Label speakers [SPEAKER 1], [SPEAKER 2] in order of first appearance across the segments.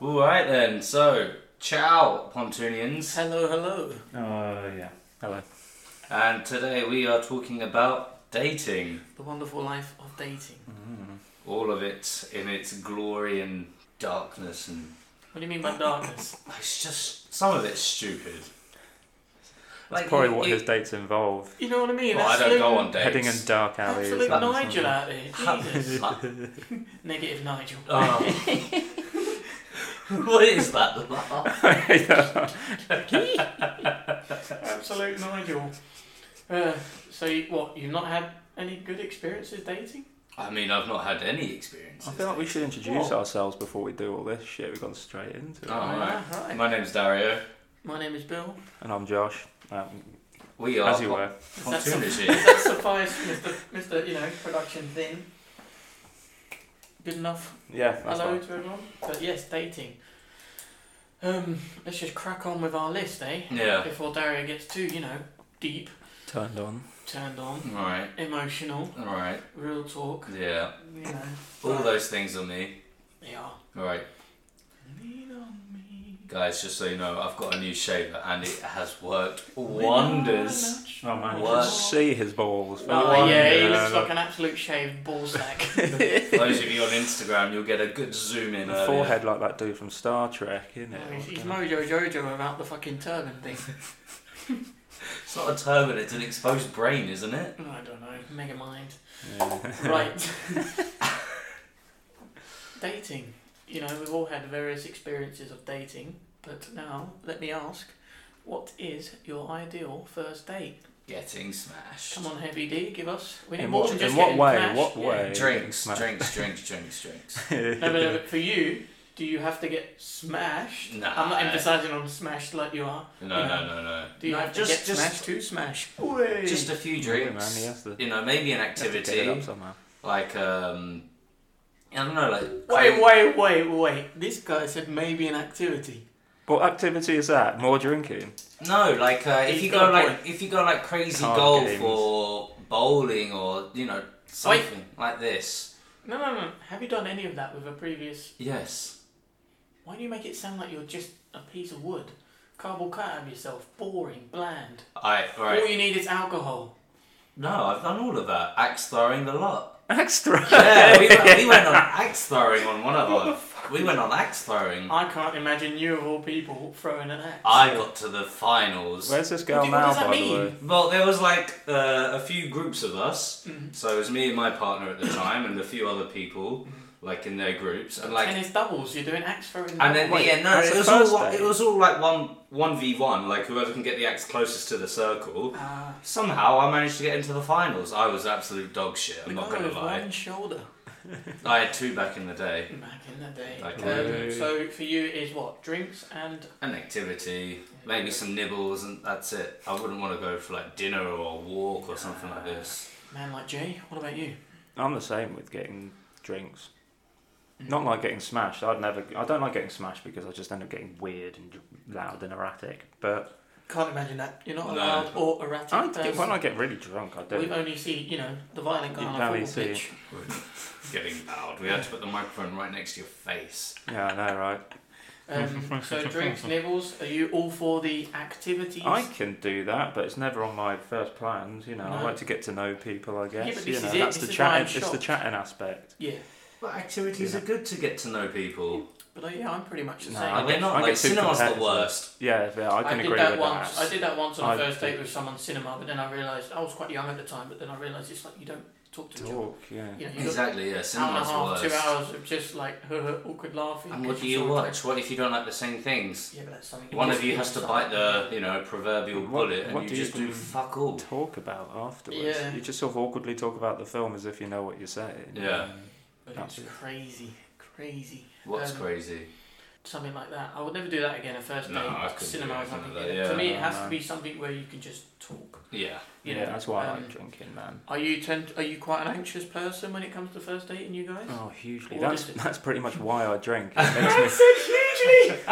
[SPEAKER 1] All right then. So, ciao, Pontunians,
[SPEAKER 2] Hello, hello.
[SPEAKER 3] Oh,
[SPEAKER 4] Uh, yeah.
[SPEAKER 2] Hello.
[SPEAKER 1] and today we are talking about dating,
[SPEAKER 2] The wonderful life of dating.
[SPEAKER 1] all of it in its glory and darkness, and
[SPEAKER 2] What do you mean by darkness?
[SPEAKER 1] it's just some of it's stupid.
[SPEAKER 3] That's probably what
[SPEAKER 1] you-
[SPEAKER 3] his dates involve.
[SPEAKER 2] You know what I mean?
[SPEAKER 1] Well, I don't
[SPEAKER 2] Absolute-
[SPEAKER 1] go on dates.
[SPEAKER 3] Heading in dark alleys.
[SPEAKER 2] Absolute
[SPEAKER 3] and-
[SPEAKER 2] Nigel eh? out here. Jesus.
[SPEAKER 1] Like,
[SPEAKER 2] Negative Nigel.
[SPEAKER 1] Uh, oh. what is that laugh?
[SPEAKER 2] Absolute Nigel. Uh, so, you, what, you've not had any good experiences dating?
[SPEAKER 1] I mean, I've not had any experience.
[SPEAKER 3] I feel like we should introduce
[SPEAKER 2] What?
[SPEAKER 3] ourselves before we do all this shit. We've gone straight into it.
[SPEAKER 1] Oh.
[SPEAKER 2] Ah, right.
[SPEAKER 1] My name's Dario.
[SPEAKER 2] My name is Bill.
[SPEAKER 3] And I'm Josh. Um,
[SPEAKER 1] We are
[SPEAKER 3] as you were.
[SPEAKER 2] Is that
[SPEAKER 1] Pontoon
[SPEAKER 2] some-
[SPEAKER 1] is
[SPEAKER 2] Does that suffice, Mr. Mr. You know, production thing? Good enough.
[SPEAKER 3] Yeah, that's
[SPEAKER 2] Hello
[SPEAKER 3] fine.
[SPEAKER 2] to everyone. But yes, dating. Um, let's just crack on with our list, eh?
[SPEAKER 1] Yeah.
[SPEAKER 2] Before Dario gets too, you know, deep,
[SPEAKER 3] Turned on.
[SPEAKER 2] turned on,
[SPEAKER 1] All right.
[SPEAKER 2] emotional,
[SPEAKER 1] All right.
[SPEAKER 2] real talk.
[SPEAKER 1] Yeah.
[SPEAKER 2] You know,
[SPEAKER 1] All those things on me.
[SPEAKER 2] they are.
[SPEAKER 1] All right.
[SPEAKER 2] Lean on me.
[SPEAKER 1] Guys, just so you know, I've got a new shaver and it has worked wonders.
[SPEAKER 4] Oh, man,
[SPEAKER 3] I
[SPEAKER 4] you
[SPEAKER 1] What?
[SPEAKER 3] can see his balls.
[SPEAKER 2] Oh yeah, he
[SPEAKER 3] Yeah.
[SPEAKER 2] looks like an absolute shaved ball sack.
[SPEAKER 1] Those of you on Instagram, you'll get a good zoom in.
[SPEAKER 3] The
[SPEAKER 1] earlier.
[SPEAKER 3] forehead like that dude from Star Trek, isn't
[SPEAKER 2] Oh, he's,
[SPEAKER 3] it?
[SPEAKER 2] he's Mojo Jojo about the fucking turban thing.
[SPEAKER 1] It's not a turban, it's an exposed brain, isn't it?
[SPEAKER 2] Oh, I don't know, mega mind.
[SPEAKER 3] Yeah.
[SPEAKER 2] Right. dating. You know, we've all had various experiences of dating, but now let me ask, what is your ideal first date?
[SPEAKER 1] Getting smashed.
[SPEAKER 2] Come on, Heavy D, give us. We need
[SPEAKER 3] In
[SPEAKER 2] more
[SPEAKER 3] what-
[SPEAKER 2] than just
[SPEAKER 3] in what
[SPEAKER 2] getting
[SPEAKER 3] way?
[SPEAKER 2] smashed,
[SPEAKER 3] What
[SPEAKER 2] yeah.
[SPEAKER 3] way?
[SPEAKER 1] Drinks,
[SPEAKER 3] Smash.
[SPEAKER 1] drinks, drinks, drinks, drinks.
[SPEAKER 2] No, but, no, but for you, do you have to get smashed?
[SPEAKER 1] Nah.
[SPEAKER 2] I'm not emphasising on smashed like you are.
[SPEAKER 1] No, no, no, no.
[SPEAKER 2] Do you
[SPEAKER 1] No,
[SPEAKER 2] have
[SPEAKER 1] just,
[SPEAKER 2] to get
[SPEAKER 1] just,
[SPEAKER 2] smashed to smash?
[SPEAKER 1] just a few
[SPEAKER 3] Yeah,
[SPEAKER 1] drinks.
[SPEAKER 3] man, he has to-
[SPEAKER 1] you know, maybe an
[SPEAKER 3] Have to get it up
[SPEAKER 1] activity
[SPEAKER 3] somehow.
[SPEAKER 1] like um, I don't know, like
[SPEAKER 2] Wait, wait, wait, wait. This guy said maybe an activity.
[SPEAKER 3] What activity is that? More drinking?
[SPEAKER 1] No, like uh, if
[SPEAKER 2] He's
[SPEAKER 1] you go
[SPEAKER 2] got a
[SPEAKER 1] like if you go like crazy
[SPEAKER 3] Card
[SPEAKER 1] golf
[SPEAKER 3] games.
[SPEAKER 1] or bowling or you know something like this.
[SPEAKER 2] No, no, no. Have you done any of that with a previous?
[SPEAKER 1] Yes.
[SPEAKER 2] Why do you make it sound like you're just a piece of wood? Cardboard cut out of yourself, boring, bland.
[SPEAKER 1] I
[SPEAKER 2] All
[SPEAKER 1] right.
[SPEAKER 2] you need is alcohol.
[SPEAKER 1] No, I've done all of that. Axe throwing the lot.
[SPEAKER 3] Extra.
[SPEAKER 1] Yeah, we went, we went on axe throwing on one of our. We went on axe throwing.
[SPEAKER 2] I can't imagine you of all people throwing an axe.
[SPEAKER 1] I got to the finals.
[SPEAKER 3] Where's this
[SPEAKER 2] What
[SPEAKER 3] girl
[SPEAKER 2] do you- what
[SPEAKER 3] now,
[SPEAKER 2] does that
[SPEAKER 3] by the
[SPEAKER 2] mean?
[SPEAKER 3] way?
[SPEAKER 1] Well, there was like uh, a few groups of us.
[SPEAKER 2] Mm-hmm.
[SPEAKER 1] So it was me and my partner at the time, and a few other people, like in their groups, and like
[SPEAKER 2] Tennis doubles. You're doing axe throwing.
[SPEAKER 1] And then
[SPEAKER 3] Wait,
[SPEAKER 1] yeah, no,
[SPEAKER 3] that's
[SPEAKER 1] it
[SPEAKER 3] the
[SPEAKER 1] was all
[SPEAKER 3] first
[SPEAKER 1] one,
[SPEAKER 3] day.
[SPEAKER 1] it was all like one one v one, like whoever can get the axe closest to the circle.
[SPEAKER 2] Ah.
[SPEAKER 1] Somehow I managed to get into the finals. I was absolute dog shit. I'm
[SPEAKER 2] The
[SPEAKER 1] not
[SPEAKER 2] guy
[SPEAKER 1] gonna
[SPEAKER 2] with
[SPEAKER 1] lie.
[SPEAKER 2] one shoulder.
[SPEAKER 1] I had two back in the day.
[SPEAKER 2] Back in the day.
[SPEAKER 1] Back in
[SPEAKER 3] the
[SPEAKER 2] Um,
[SPEAKER 3] day.
[SPEAKER 2] So for you is what drinks and
[SPEAKER 1] An activity, maybe some nibbles, and that's it. I wouldn't want to go for like dinner or a walk or something like this.
[SPEAKER 2] man like Jay. What about you?
[SPEAKER 3] I'm the same with getting drinks.
[SPEAKER 2] Mm-hmm.
[SPEAKER 3] Not like getting smashed. I'd never. I don't like getting smashed because I just end up getting weird and loud and erratic. But
[SPEAKER 2] Can't imagine that. You're not
[SPEAKER 1] No.
[SPEAKER 2] allowed or erratic.
[SPEAKER 3] I,
[SPEAKER 2] person.
[SPEAKER 3] when I get really drunk, I
[SPEAKER 2] We've
[SPEAKER 3] do.
[SPEAKER 2] only seen you know the violent guy
[SPEAKER 3] You
[SPEAKER 2] on
[SPEAKER 3] barely
[SPEAKER 2] a football
[SPEAKER 3] see
[SPEAKER 2] pitch.
[SPEAKER 1] Getting loud. We had to put the microphone right next to your face.
[SPEAKER 3] Yeah, I know, right?
[SPEAKER 2] Um, so drinks, nibbles. Are you all for the activities?
[SPEAKER 3] I can do that, but it's never on my first plans. You know, I
[SPEAKER 2] No.
[SPEAKER 3] like to get to know people. I guess.
[SPEAKER 2] but
[SPEAKER 3] you
[SPEAKER 2] this
[SPEAKER 3] know,
[SPEAKER 2] is it,
[SPEAKER 3] that's
[SPEAKER 2] this
[SPEAKER 3] the
[SPEAKER 2] is why I'm
[SPEAKER 3] chatting. It's the
[SPEAKER 2] shocked.
[SPEAKER 3] chatting aspect.
[SPEAKER 2] Yeah,
[SPEAKER 1] But activities
[SPEAKER 3] Yeah.
[SPEAKER 1] are good to get to know people.
[SPEAKER 2] but uh, yeah, I'm pretty much the
[SPEAKER 3] No,
[SPEAKER 2] same.
[SPEAKER 3] I
[SPEAKER 1] Are they
[SPEAKER 3] get-
[SPEAKER 1] not?
[SPEAKER 3] I
[SPEAKER 1] like
[SPEAKER 3] get super
[SPEAKER 1] cinema's the
[SPEAKER 3] competitive.
[SPEAKER 1] worst.
[SPEAKER 3] Yeah, yeah, I can
[SPEAKER 2] did
[SPEAKER 3] agree
[SPEAKER 2] that
[SPEAKER 3] with
[SPEAKER 2] once.
[SPEAKER 3] that.
[SPEAKER 2] I did that once on a
[SPEAKER 3] I
[SPEAKER 2] first
[SPEAKER 3] think-
[SPEAKER 2] date with someone cinema, but then I realised I was quite young at the time. But then I realised it's like you don't talk to each other.
[SPEAKER 3] Talk, yeah.
[SPEAKER 2] You know, you got
[SPEAKER 1] Exactly. Yeah,
[SPEAKER 2] hour and a
[SPEAKER 1] cinema's the
[SPEAKER 2] half,
[SPEAKER 1] worst.
[SPEAKER 2] two hours of just like awkward laughing.
[SPEAKER 1] And
[SPEAKER 2] 'cause
[SPEAKER 1] what do
[SPEAKER 2] you
[SPEAKER 1] you
[SPEAKER 2] saw it.
[SPEAKER 1] watch? What if you don't like the same things?
[SPEAKER 2] Yeah, but that's something.
[SPEAKER 1] One
[SPEAKER 2] just
[SPEAKER 1] of you
[SPEAKER 2] do
[SPEAKER 1] has to
[SPEAKER 2] something.
[SPEAKER 1] bite the, you know, proverbial
[SPEAKER 3] What-
[SPEAKER 1] bullet, and
[SPEAKER 3] what
[SPEAKER 1] you
[SPEAKER 3] do you
[SPEAKER 1] just do
[SPEAKER 3] even-
[SPEAKER 1] fuck all.
[SPEAKER 3] Talk about afterwards.
[SPEAKER 2] Yeah.
[SPEAKER 3] You just sort of awkwardly talk about the film as if you know what you're saying.
[SPEAKER 1] Yeah.
[SPEAKER 2] But
[SPEAKER 3] That's
[SPEAKER 2] it's
[SPEAKER 3] it.
[SPEAKER 2] crazy, crazy.
[SPEAKER 1] What's
[SPEAKER 2] Um,
[SPEAKER 1] crazy?
[SPEAKER 2] Something like that. I would never do that again. A first date
[SPEAKER 1] No, I couldn't do
[SPEAKER 2] cinema or
[SPEAKER 1] anything
[SPEAKER 2] something.
[SPEAKER 1] like that,
[SPEAKER 2] To
[SPEAKER 1] yeah.
[SPEAKER 2] me, it
[SPEAKER 3] No,
[SPEAKER 2] has
[SPEAKER 3] no.
[SPEAKER 2] to be something where you can just talk.
[SPEAKER 1] Yeah.
[SPEAKER 2] You
[SPEAKER 3] yeah,
[SPEAKER 2] know,
[SPEAKER 3] that's why I
[SPEAKER 2] um,
[SPEAKER 3] like drinking, man.
[SPEAKER 2] Are you tend? Are you quite an anxious person when it comes to first dating, you guys?
[SPEAKER 3] Oh, hugely.
[SPEAKER 2] What
[SPEAKER 3] That's
[SPEAKER 2] is it?
[SPEAKER 3] that's pretty much why I drink. It makes me-
[SPEAKER 2] hugely.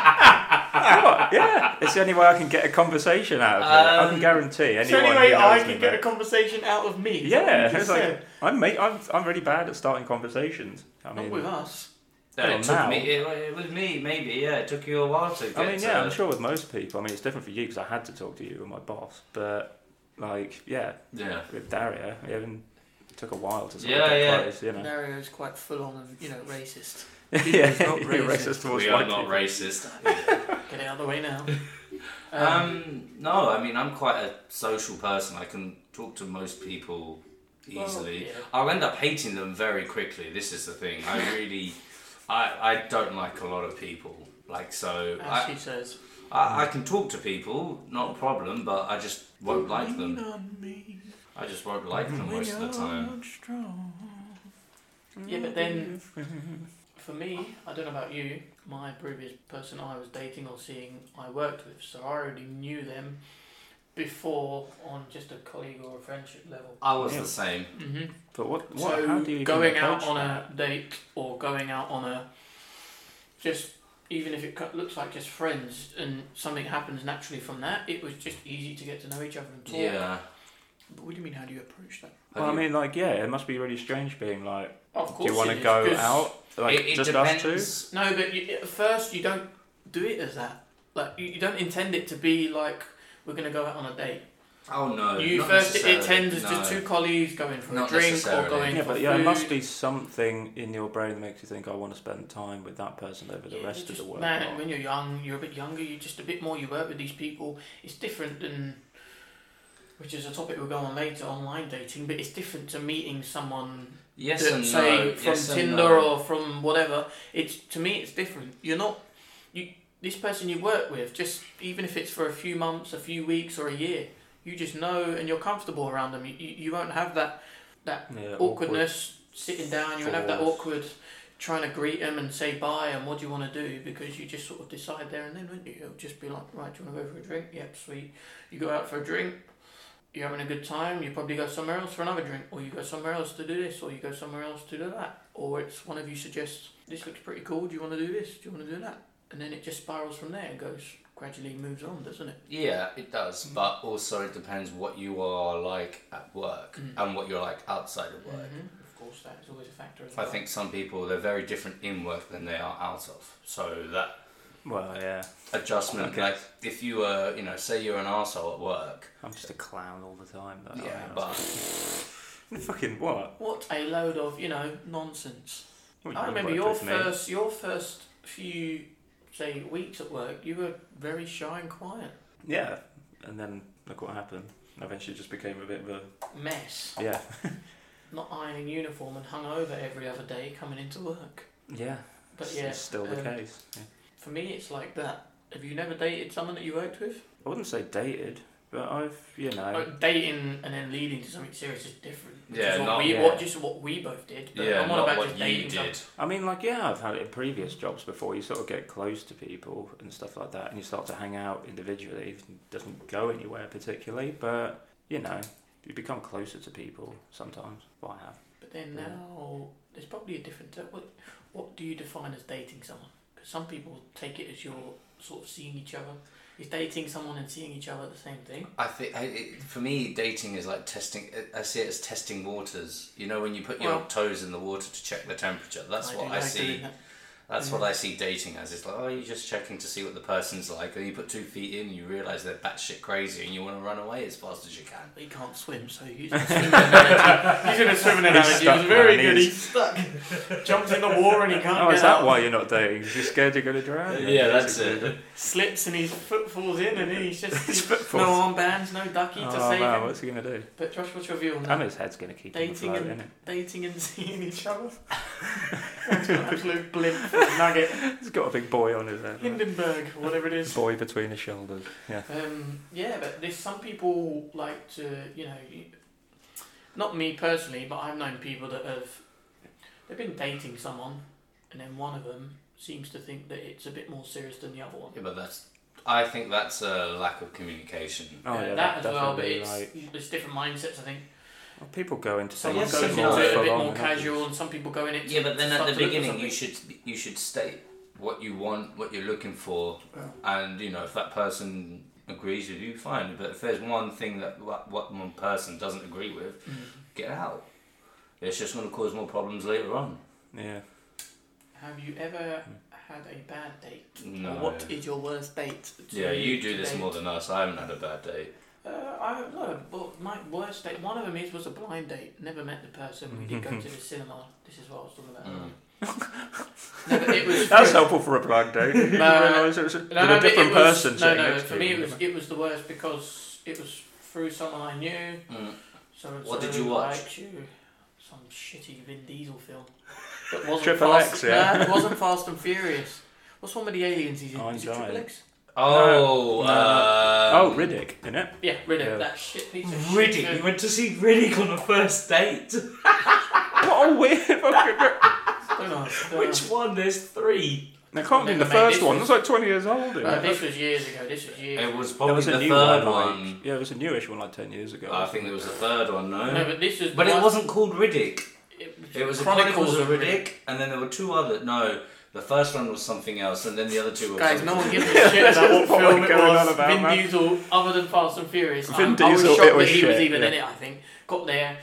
[SPEAKER 3] What? yeah, it's the only way I can get a conversation out of it. I
[SPEAKER 1] Um,
[SPEAKER 3] can guarantee anyone.
[SPEAKER 2] so
[SPEAKER 3] who
[SPEAKER 2] anyway,
[SPEAKER 3] knows
[SPEAKER 2] I
[SPEAKER 3] me,
[SPEAKER 2] can get a
[SPEAKER 3] mate.
[SPEAKER 2] conversation out of me. is that what you
[SPEAKER 3] Yeah,
[SPEAKER 2] just
[SPEAKER 3] it's like
[SPEAKER 2] said?
[SPEAKER 3] I'm, mate, I'm I'm really bad at starting conversations. I
[SPEAKER 2] not
[SPEAKER 3] mean,
[SPEAKER 2] with us.
[SPEAKER 1] Uh,
[SPEAKER 3] Well,
[SPEAKER 1] it took
[SPEAKER 3] now-
[SPEAKER 1] me. It, it was me, maybe. Yeah, it took you a while to. Get
[SPEAKER 3] I mean, yeah,
[SPEAKER 1] to-
[SPEAKER 3] I'm sure with most people. I mean, it's different for you because I had to talk to you and my boss, but like, yeah,
[SPEAKER 1] Yeah.
[SPEAKER 3] with Dario, even it took a while to sort
[SPEAKER 1] Yeah,
[SPEAKER 3] of get
[SPEAKER 1] yeah.
[SPEAKER 3] close, you know.
[SPEAKER 2] Dario's quite full on and you know racist.
[SPEAKER 3] yeah,
[SPEAKER 2] He's not
[SPEAKER 3] you're
[SPEAKER 2] racist.
[SPEAKER 3] racist towards
[SPEAKER 1] We
[SPEAKER 3] white
[SPEAKER 1] are not
[SPEAKER 3] people.
[SPEAKER 1] racist.
[SPEAKER 2] Get it out of the way now.
[SPEAKER 1] Um, no, I mean I'm quite a social person. I can talk to most people
[SPEAKER 2] Well,
[SPEAKER 1] easily.
[SPEAKER 2] yeah.
[SPEAKER 1] I'll end up hating them very quickly. This is the thing. I really, I, I don't like a lot of people. Like so,
[SPEAKER 2] as
[SPEAKER 1] I,
[SPEAKER 2] he says,
[SPEAKER 1] I, I can talk to people, not a problem. But I just won't like
[SPEAKER 2] "Lean
[SPEAKER 1] them.
[SPEAKER 2] on me
[SPEAKER 1] I just won't like them
[SPEAKER 2] when
[SPEAKER 1] most of the time.
[SPEAKER 2] you're strong." Yeah, but then for me, I don't know about you. My previous person I was dating or seeing, I worked with, so I already knew them before on just a colleague or a friendship level.
[SPEAKER 1] I was
[SPEAKER 3] Yeah.
[SPEAKER 1] the same.
[SPEAKER 2] Mm-hmm.
[SPEAKER 3] But what? what
[SPEAKER 2] So
[SPEAKER 3] how do you even
[SPEAKER 2] going out
[SPEAKER 3] approach
[SPEAKER 2] on
[SPEAKER 3] that?
[SPEAKER 2] a date or going out on a just even if it co- looks like just friends and something happens naturally from that, it was just easy to get to know each other and talk.
[SPEAKER 1] Yeah.
[SPEAKER 2] But what do you mean? How do you approach that?
[SPEAKER 1] Have
[SPEAKER 3] Well, I
[SPEAKER 1] you-
[SPEAKER 3] mean, like, yeah, it must be really strange being like,
[SPEAKER 2] Of course.
[SPEAKER 3] do you want
[SPEAKER 2] it
[SPEAKER 3] to
[SPEAKER 2] is,
[SPEAKER 3] go
[SPEAKER 2] 'cause-
[SPEAKER 3] out? Like,
[SPEAKER 1] it, it
[SPEAKER 3] just
[SPEAKER 1] depends.
[SPEAKER 3] us
[SPEAKER 2] No, but you, at first you don't do it as that. Like you, you don't intend it to be like we're gonna go out on a date.
[SPEAKER 1] Oh no.
[SPEAKER 2] you
[SPEAKER 1] not
[SPEAKER 2] first it, it
[SPEAKER 1] necessarily,
[SPEAKER 2] tends as just
[SPEAKER 1] no.
[SPEAKER 2] two colleagues going for
[SPEAKER 1] Not
[SPEAKER 2] a drink or
[SPEAKER 1] necessarily.
[SPEAKER 2] going
[SPEAKER 3] two? Yeah,
[SPEAKER 2] for
[SPEAKER 3] but
[SPEAKER 2] food.
[SPEAKER 3] yeah, it must be something in your brain that makes you think I want to spend time with that person over the
[SPEAKER 2] Yeah,
[SPEAKER 3] rest
[SPEAKER 2] you
[SPEAKER 3] of the
[SPEAKER 2] just-
[SPEAKER 3] world.
[SPEAKER 2] Man, when you're young, you're a bit younger. You just a bit more. You work with these people. It's different than, which is a topic we'll go on later, online dating. But it's different to meeting someone,
[SPEAKER 1] Yes
[SPEAKER 2] that,
[SPEAKER 1] and
[SPEAKER 2] say
[SPEAKER 1] no.
[SPEAKER 2] from
[SPEAKER 1] yes and
[SPEAKER 2] Tinder
[SPEAKER 1] no.
[SPEAKER 2] or from whatever. It's to me, it's different. You're not you. This person you work with, just even if it's for a few months, a few weeks, or a year, you just know and you're comfortable around them. You, you, you won't have that that
[SPEAKER 3] yeah, awkward.
[SPEAKER 2] awkwardness sitting down. You would have that
[SPEAKER 3] Pause.
[SPEAKER 2] awkward trying to greet them and say bye and what do you want to do because you just sort of decide there and then, wouldn't you? It'll just be like, right, do you want to go for a drink? Yep, sweet. You go out for a drink. You're having a good time. You probably go somewhere else for another drink, or you go somewhere else to do this, or you go somewhere else to do that, or it's one of you suggests this looks pretty cool. Do you want to do this? Do you want to do that? And then it just spirals from there and goes gradually moves on, doesn't it?
[SPEAKER 1] Yeah, it does, but also it depends what you are like at work
[SPEAKER 2] Mm.
[SPEAKER 1] and what you're like outside of
[SPEAKER 2] Mm-hmm.
[SPEAKER 1] work.
[SPEAKER 2] Of course, that is always a factor. As
[SPEAKER 1] I
[SPEAKER 2] well.
[SPEAKER 1] think some people they're very different in work than they are out of. So that
[SPEAKER 3] Well, yeah,
[SPEAKER 1] adjustment,
[SPEAKER 3] Okay.
[SPEAKER 1] like if you were, you know, say you're an arsehole at work.
[SPEAKER 3] I'm just a clown all the time. Though.
[SPEAKER 1] yeah,
[SPEAKER 3] I
[SPEAKER 1] but
[SPEAKER 3] mean, fucking what?
[SPEAKER 2] What a load of you know nonsense.
[SPEAKER 3] Well, you
[SPEAKER 2] I remember
[SPEAKER 3] worked
[SPEAKER 2] your
[SPEAKER 3] with me.
[SPEAKER 2] first your first few say weeks at work. You were very shy and quiet.
[SPEAKER 3] Yeah, and then look what happened. I eventually just became a bit of a
[SPEAKER 2] Mess.
[SPEAKER 3] yeah,
[SPEAKER 2] Not ironing uniform and hung over every other day coming into work.
[SPEAKER 3] yeah.
[SPEAKER 2] But
[SPEAKER 3] it's-
[SPEAKER 2] yeah,
[SPEAKER 3] it's still the
[SPEAKER 2] um,
[SPEAKER 3] case. Yeah.
[SPEAKER 2] For me, it's like that. Have you never dated someone that you worked with?
[SPEAKER 3] I wouldn't say dated, but I've you know.
[SPEAKER 2] Like dating and then leading to something serious is different. Which
[SPEAKER 1] Yeah,
[SPEAKER 2] is what
[SPEAKER 1] not-
[SPEAKER 2] we
[SPEAKER 3] yeah.
[SPEAKER 2] what just what we both did. But
[SPEAKER 1] yeah,
[SPEAKER 2] I'm on
[SPEAKER 1] not
[SPEAKER 2] about
[SPEAKER 1] what
[SPEAKER 2] just
[SPEAKER 1] you
[SPEAKER 2] dating someone.
[SPEAKER 1] did.
[SPEAKER 3] I mean, like, yeah, I've had it in previous jobs before. You sort of get close to people and stuff like that, and you start to hang out individually. It doesn't go anywhere particularly, but you know, you become closer to people sometimes. Well, I have.
[SPEAKER 2] But then
[SPEAKER 3] Yeah.
[SPEAKER 2] now there's probably a different. What what do you define as dating someone? Because some people take it as you're sort of seeing each other. Is dating someone and seeing each other the same thing?
[SPEAKER 1] I think I, it, for me, dating is like testing. I see it as testing waters. You know, when you put your
[SPEAKER 2] Well-
[SPEAKER 1] toes in the water to check the temperature. That's
[SPEAKER 2] I
[SPEAKER 1] what
[SPEAKER 2] do
[SPEAKER 1] I
[SPEAKER 2] like
[SPEAKER 1] see.
[SPEAKER 2] doing that.
[SPEAKER 1] That's what I see dating as. It's like, oh, you're just checking to see what the person's like. And you put two feet in, you realise they're batshit crazy, and you want to run away as fast as you can.
[SPEAKER 2] But He can't swim, so he's in a swimming analogy. He's in a swimming analogy. He's,
[SPEAKER 3] stuck,
[SPEAKER 2] very
[SPEAKER 3] man,
[SPEAKER 2] good.
[SPEAKER 3] he
[SPEAKER 2] He's stuck. Jumps in the water and he can't
[SPEAKER 3] Oh,
[SPEAKER 2] get
[SPEAKER 3] is that
[SPEAKER 2] out.
[SPEAKER 3] why you're not dating? 'Cause You're scared you're going to drown? basically.
[SPEAKER 2] Slips and his foot falls in, and then he's just
[SPEAKER 3] His foot
[SPEAKER 2] no
[SPEAKER 3] falls.
[SPEAKER 2] armbands, no ducky to
[SPEAKER 3] Oh,
[SPEAKER 2] save
[SPEAKER 3] man,
[SPEAKER 2] him.
[SPEAKER 3] what's he going to do?
[SPEAKER 2] But Josh, what's your view on that?
[SPEAKER 3] And his head's going to keep him
[SPEAKER 2] Dating
[SPEAKER 3] afloat,
[SPEAKER 2] and-
[SPEAKER 3] isn't
[SPEAKER 2] dating and seeing each other. That's an absolute blimp for a nugget.
[SPEAKER 3] it? He's got a big boy on his head. right?
[SPEAKER 2] Hindenburg, whatever it is.
[SPEAKER 3] Boy between his shoulders. Yeah.
[SPEAKER 2] Um, yeah, but there's some people like to, you know, you- not me personally, but I've known people that have they've been dating someone, and then one of them seems to think that it's a bit more serious than the other one.
[SPEAKER 1] Yeah, but that's. I think that's a lack of communication.
[SPEAKER 3] Oh,
[SPEAKER 2] Uh,
[SPEAKER 3] yeah,
[SPEAKER 2] that as well, but
[SPEAKER 3] definitely,
[SPEAKER 2] it's
[SPEAKER 3] like-
[SPEAKER 2] there's different mindsets. I think
[SPEAKER 3] Well, people go into
[SPEAKER 2] some
[SPEAKER 1] yeah,
[SPEAKER 3] things
[SPEAKER 2] goes
[SPEAKER 1] some
[SPEAKER 2] into
[SPEAKER 1] more
[SPEAKER 2] it a bit
[SPEAKER 3] full-on
[SPEAKER 2] more
[SPEAKER 3] than others.
[SPEAKER 2] casual, and some people go in it. to-
[SPEAKER 1] Yeah, but then
[SPEAKER 2] to
[SPEAKER 1] at
[SPEAKER 2] start
[SPEAKER 1] the
[SPEAKER 2] to look for
[SPEAKER 1] beginning, you
[SPEAKER 2] something.
[SPEAKER 1] should you should state what you want, what you're looking for,
[SPEAKER 2] Yeah.
[SPEAKER 1] and you know if that person agrees with you, fine. But if there's one thing that what, what one person doesn't agree with, get out. It's just going to cause more problems later on.
[SPEAKER 3] Yeah.
[SPEAKER 2] Have you ever had a bad date?
[SPEAKER 1] No.
[SPEAKER 2] What is your worst date? to-
[SPEAKER 1] yeah, you do
[SPEAKER 2] to
[SPEAKER 1] this
[SPEAKER 2] date?
[SPEAKER 1] more than us. I haven't had a bad date.
[SPEAKER 2] Uh, I no, but my worst date. One of them is was a blind date. Never met the person. We did go to the cinema. This is what I was talking about.
[SPEAKER 1] Mm.
[SPEAKER 2] No, but it was
[SPEAKER 3] Mm. That's
[SPEAKER 2] through-
[SPEAKER 3] helpful for a blind date. You
[SPEAKER 2] no,
[SPEAKER 3] realise it was a-
[SPEAKER 2] No,
[SPEAKER 3] with
[SPEAKER 2] no,
[SPEAKER 3] a
[SPEAKER 2] but it
[SPEAKER 3] different
[SPEAKER 2] was-
[SPEAKER 3] person
[SPEAKER 2] No,
[SPEAKER 3] sitting
[SPEAKER 2] no.
[SPEAKER 3] next
[SPEAKER 2] For
[SPEAKER 3] to
[SPEAKER 2] me,
[SPEAKER 3] you.
[SPEAKER 2] it was it was the worst because it was through someone I knew.
[SPEAKER 1] Mm.
[SPEAKER 2] So
[SPEAKER 1] What did you watch?
[SPEAKER 2] Liked you. Some shitty Vin Diesel film. That wasn't
[SPEAKER 3] Triple
[SPEAKER 2] Fast,
[SPEAKER 3] X, yeah.
[SPEAKER 2] Nah, it wasn't Fast and Furious. What's one with the aliens? He's in?
[SPEAKER 3] Oh,
[SPEAKER 2] Is it
[SPEAKER 3] Anxiety.
[SPEAKER 2] Triple X?
[SPEAKER 1] Oh,
[SPEAKER 3] No, no, no.
[SPEAKER 1] uh,
[SPEAKER 3] Oh, Riddick, innit?
[SPEAKER 2] Yeah, Riddick.
[SPEAKER 3] Yeah.
[SPEAKER 2] That shit piece of shit.
[SPEAKER 1] Riddick. You went to see Riddick on a first date.
[SPEAKER 3] What a weird fucking.
[SPEAKER 2] Don't ask, don't
[SPEAKER 1] Which
[SPEAKER 2] ask.
[SPEAKER 1] one? There's three.
[SPEAKER 3] That can't be
[SPEAKER 2] Never
[SPEAKER 3] the
[SPEAKER 2] made
[SPEAKER 3] first
[SPEAKER 2] this
[SPEAKER 3] one.
[SPEAKER 2] was-
[SPEAKER 3] That's like 20 years old. isn't
[SPEAKER 2] Right,
[SPEAKER 3] it?
[SPEAKER 2] this was years ago. This was years.
[SPEAKER 1] Oh, It
[SPEAKER 2] ago.
[SPEAKER 1] was
[SPEAKER 3] There
[SPEAKER 1] probably
[SPEAKER 3] was a
[SPEAKER 1] the
[SPEAKER 3] new
[SPEAKER 1] third
[SPEAKER 3] one. like-
[SPEAKER 1] one.
[SPEAKER 3] yeah, it was a newish one like 10 years ago.
[SPEAKER 1] I think there was a third one. No,
[SPEAKER 2] No, but this was.
[SPEAKER 1] but
[SPEAKER 2] the
[SPEAKER 1] it
[SPEAKER 2] one-
[SPEAKER 1] wasn't called Riddick. It was Chronicles, Chronicles of
[SPEAKER 2] Riddick.
[SPEAKER 1] Riddick, and then there were two other. No, the first one was something else, and then the other two were.
[SPEAKER 2] Guys, no
[SPEAKER 1] something
[SPEAKER 2] one gives
[SPEAKER 1] else.
[SPEAKER 2] a shit about what
[SPEAKER 3] What we're
[SPEAKER 2] film it
[SPEAKER 3] going on
[SPEAKER 2] was.
[SPEAKER 3] about,
[SPEAKER 2] Vin
[SPEAKER 3] man.
[SPEAKER 2] Diesel, other than Fast and Furious.
[SPEAKER 3] Vin
[SPEAKER 2] I, I was
[SPEAKER 3] Diesel,
[SPEAKER 2] shocked
[SPEAKER 3] it was
[SPEAKER 2] that he was
[SPEAKER 3] shit,
[SPEAKER 2] even
[SPEAKER 3] yeah.
[SPEAKER 2] in it. I think got there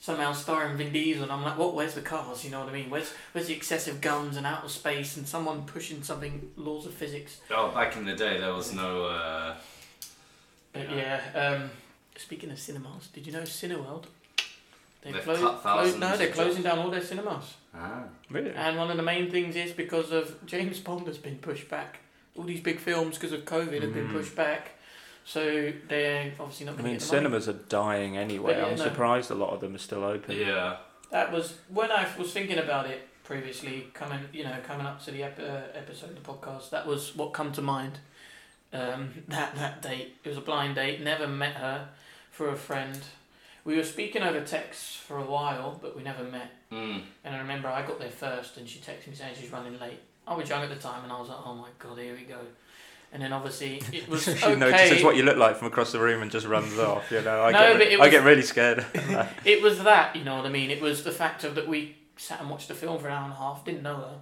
[SPEAKER 2] somehow starring Vin Diesel, and I'm like, what? Where's the cars? You know what I mean? Where's where's the excessive guns and outer space and someone pushing something laws of physics?
[SPEAKER 1] Oh, back in the day, there was no. Uh,
[SPEAKER 2] But yeah, um, speaking of cinemas, did you know Cineworld? They
[SPEAKER 1] They've
[SPEAKER 2] closed,
[SPEAKER 1] cut
[SPEAKER 2] closed, no,
[SPEAKER 1] thousands
[SPEAKER 2] they're
[SPEAKER 1] of
[SPEAKER 2] closing down all their cinemas.
[SPEAKER 1] ah.
[SPEAKER 3] Really?
[SPEAKER 2] And one of the main things is because of James Bond has been pushed back. All these big films, because of COVID, have been
[SPEAKER 3] Mm.
[SPEAKER 2] pushed back. So they're obviously not
[SPEAKER 3] I
[SPEAKER 2] going to
[SPEAKER 3] mean,
[SPEAKER 2] get the money.
[SPEAKER 3] cinemas are dying anyway.
[SPEAKER 2] But yeah,
[SPEAKER 3] I'm
[SPEAKER 2] no.
[SPEAKER 3] surprised a lot of them are still open.
[SPEAKER 1] Yeah.
[SPEAKER 2] That was when I was thinking about it previously, coming you know coming up to the ep- uh, episode of the podcast. That was what come to mind. Um, that that date it was a blind date. Never met her for a friend. We were speaking over text for a while, but we never met.
[SPEAKER 1] Mm.
[SPEAKER 2] And I remember I got there first, and she texted me saying she's running late. I was young at the time, and I was like, "Oh my god, here we go." And then obviously it was
[SPEAKER 3] she
[SPEAKER 2] okay.
[SPEAKER 3] notices what you look like from across the room and just runs off. You know, I,
[SPEAKER 2] No,
[SPEAKER 3] get,
[SPEAKER 2] but it
[SPEAKER 3] I
[SPEAKER 2] was-
[SPEAKER 3] get really scared.
[SPEAKER 2] It was that, you know what I mean? It was the fact of that we sat and watched the film for an hour and a half, didn't know her.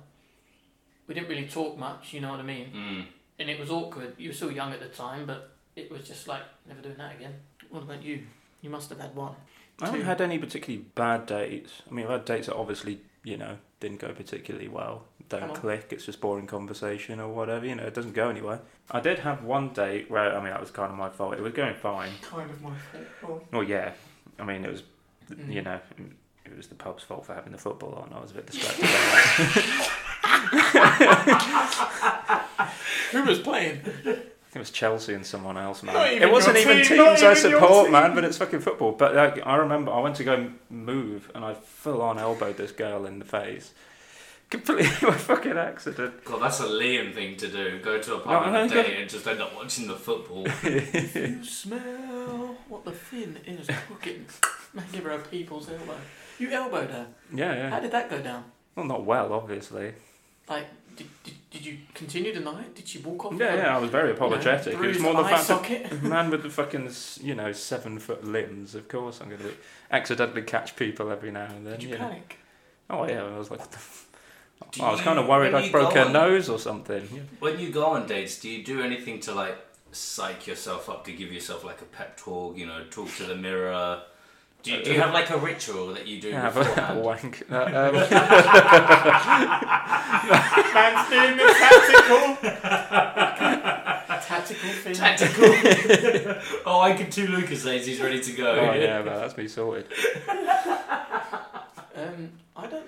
[SPEAKER 2] We didn't really talk much, you know what I mean?
[SPEAKER 1] Mm.
[SPEAKER 2] And it was awkward. You were still young at the time, but it was just like, never doing that again. What about you? You must have had one.
[SPEAKER 3] I haven't
[SPEAKER 2] Two.
[SPEAKER 3] had any particularly bad dates. I mean, I've had dates that obviously, you know, didn't go particularly well.
[SPEAKER 2] Come
[SPEAKER 3] Don't
[SPEAKER 2] on.
[SPEAKER 3] click. It's just boring conversation or whatever. You know, it doesn't go anywhere. I did have one date where, I mean, that was kind of my fault. It was going fine.
[SPEAKER 2] Kind of my fault.
[SPEAKER 3] Well, yeah. I mean, it was,
[SPEAKER 2] Mm.
[SPEAKER 3] you know, it was the pub's fault for having the football on. I was a bit distracted. by that.
[SPEAKER 2] Who was playing?
[SPEAKER 3] I think it was Chelsea and someone else, man.
[SPEAKER 2] Not even
[SPEAKER 3] it wasn't
[SPEAKER 2] your
[SPEAKER 3] even
[SPEAKER 2] team,
[SPEAKER 3] teams
[SPEAKER 2] not
[SPEAKER 3] I
[SPEAKER 2] even your
[SPEAKER 3] support,
[SPEAKER 2] team.
[SPEAKER 3] man, but it's fucking football. But like, I remember I went to go and move and I full on elbowed this girl in the face. Completely by fucking accident.
[SPEAKER 1] God, that's a Liam thing to do. Go to a
[SPEAKER 3] No,
[SPEAKER 1] pub
[SPEAKER 3] I
[SPEAKER 1] on a
[SPEAKER 3] don't
[SPEAKER 1] date and just end up watching the football.
[SPEAKER 2] you smell what the fin is cooking. Man, give her a people's elbow. You elbowed her.
[SPEAKER 3] Yeah, yeah.
[SPEAKER 2] How did that go down?
[SPEAKER 3] Well, not well, obviously.
[SPEAKER 2] Like, did, did, did you continue the night? Did she walk off? with
[SPEAKER 3] Yeah,
[SPEAKER 2] a-
[SPEAKER 3] yeah. I was very
[SPEAKER 2] you know,
[SPEAKER 3] apologetic. it was
[SPEAKER 2] bruised
[SPEAKER 3] more the
[SPEAKER 2] eye
[SPEAKER 3] fact that
[SPEAKER 2] socket.
[SPEAKER 3] man with the fucking s- you know seven foot limbs. Of course, I'm going to accidentally catch people every now and then.
[SPEAKER 2] Did you
[SPEAKER 3] know.
[SPEAKER 2] panic?
[SPEAKER 3] Oh yeah, I was like, what the f-
[SPEAKER 1] Do
[SPEAKER 3] oh, I was
[SPEAKER 1] you-
[SPEAKER 3] kind of worried
[SPEAKER 1] when
[SPEAKER 3] I
[SPEAKER 1] you
[SPEAKER 3] broke
[SPEAKER 1] go
[SPEAKER 3] her
[SPEAKER 1] on-
[SPEAKER 3] nose or something. Yeah.
[SPEAKER 1] When you go on dates, do you do anything to like psych yourself up to give yourself like a pep talk? You know, talk to the mirror. Do you, do you have like a ritual that you do
[SPEAKER 3] Yeah, have a,
[SPEAKER 1] beforehand?
[SPEAKER 3] wank. Uh, um,
[SPEAKER 2] Man's doing the tactical. tactical thing.
[SPEAKER 1] Tactical. oh, I can too. Lucas says he's ready to go.
[SPEAKER 3] oh yeah, man, that's me sorted.
[SPEAKER 2] um, I don't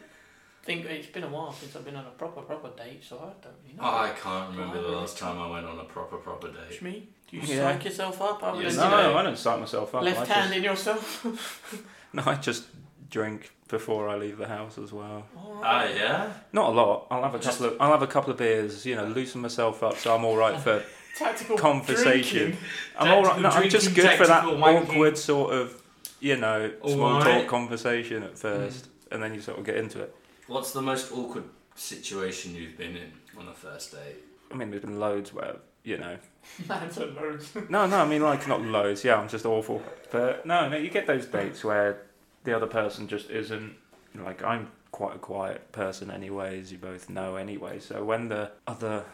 [SPEAKER 2] think it's been a while since I've been on a proper proper date, so I don't really know.
[SPEAKER 1] Oh, I can't remember the last time I went on a proper proper date.
[SPEAKER 2] me? Do you
[SPEAKER 3] Yeah.
[SPEAKER 2] psych yourself up? I would
[SPEAKER 1] Yes,
[SPEAKER 2] have
[SPEAKER 1] Just,
[SPEAKER 3] no,
[SPEAKER 1] you know,
[SPEAKER 3] I don't psych myself up. I
[SPEAKER 2] left
[SPEAKER 3] just,
[SPEAKER 2] handed yourself.
[SPEAKER 3] no, I just drink before I leave the house as well.
[SPEAKER 2] All
[SPEAKER 1] Ah,
[SPEAKER 2] right.
[SPEAKER 1] yeah.
[SPEAKER 3] Not a lot. I'll have a
[SPEAKER 1] Just-
[SPEAKER 3] couple of I'll have a couple of beers. You know, loosen myself up so I'm all right for
[SPEAKER 2] Tactical
[SPEAKER 3] conversation.
[SPEAKER 2] drinking.
[SPEAKER 3] I'm all right. No, I'm
[SPEAKER 1] Tactical
[SPEAKER 3] just good for that
[SPEAKER 1] drinking, tactical wanking.
[SPEAKER 3] awkward sort of, you know,
[SPEAKER 1] All
[SPEAKER 3] small
[SPEAKER 1] right. Hmm.
[SPEAKER 3] talk conversation at first, and then you sort of get into it.
[SPEAKER 1] What's the most awkward situation you've been in on a first date?
[SPEAKER 3] I mean, there's been loads where you know.
[SPEAKER 2] Man's a load.
[SPEAKER 3] No, no. I mean, like not loads. Yeah, I'm just awful. But no, no. You get those dates where the other person just isn't. Like I'm quite a quiet person, anyway, as You both know, anyway. So when the other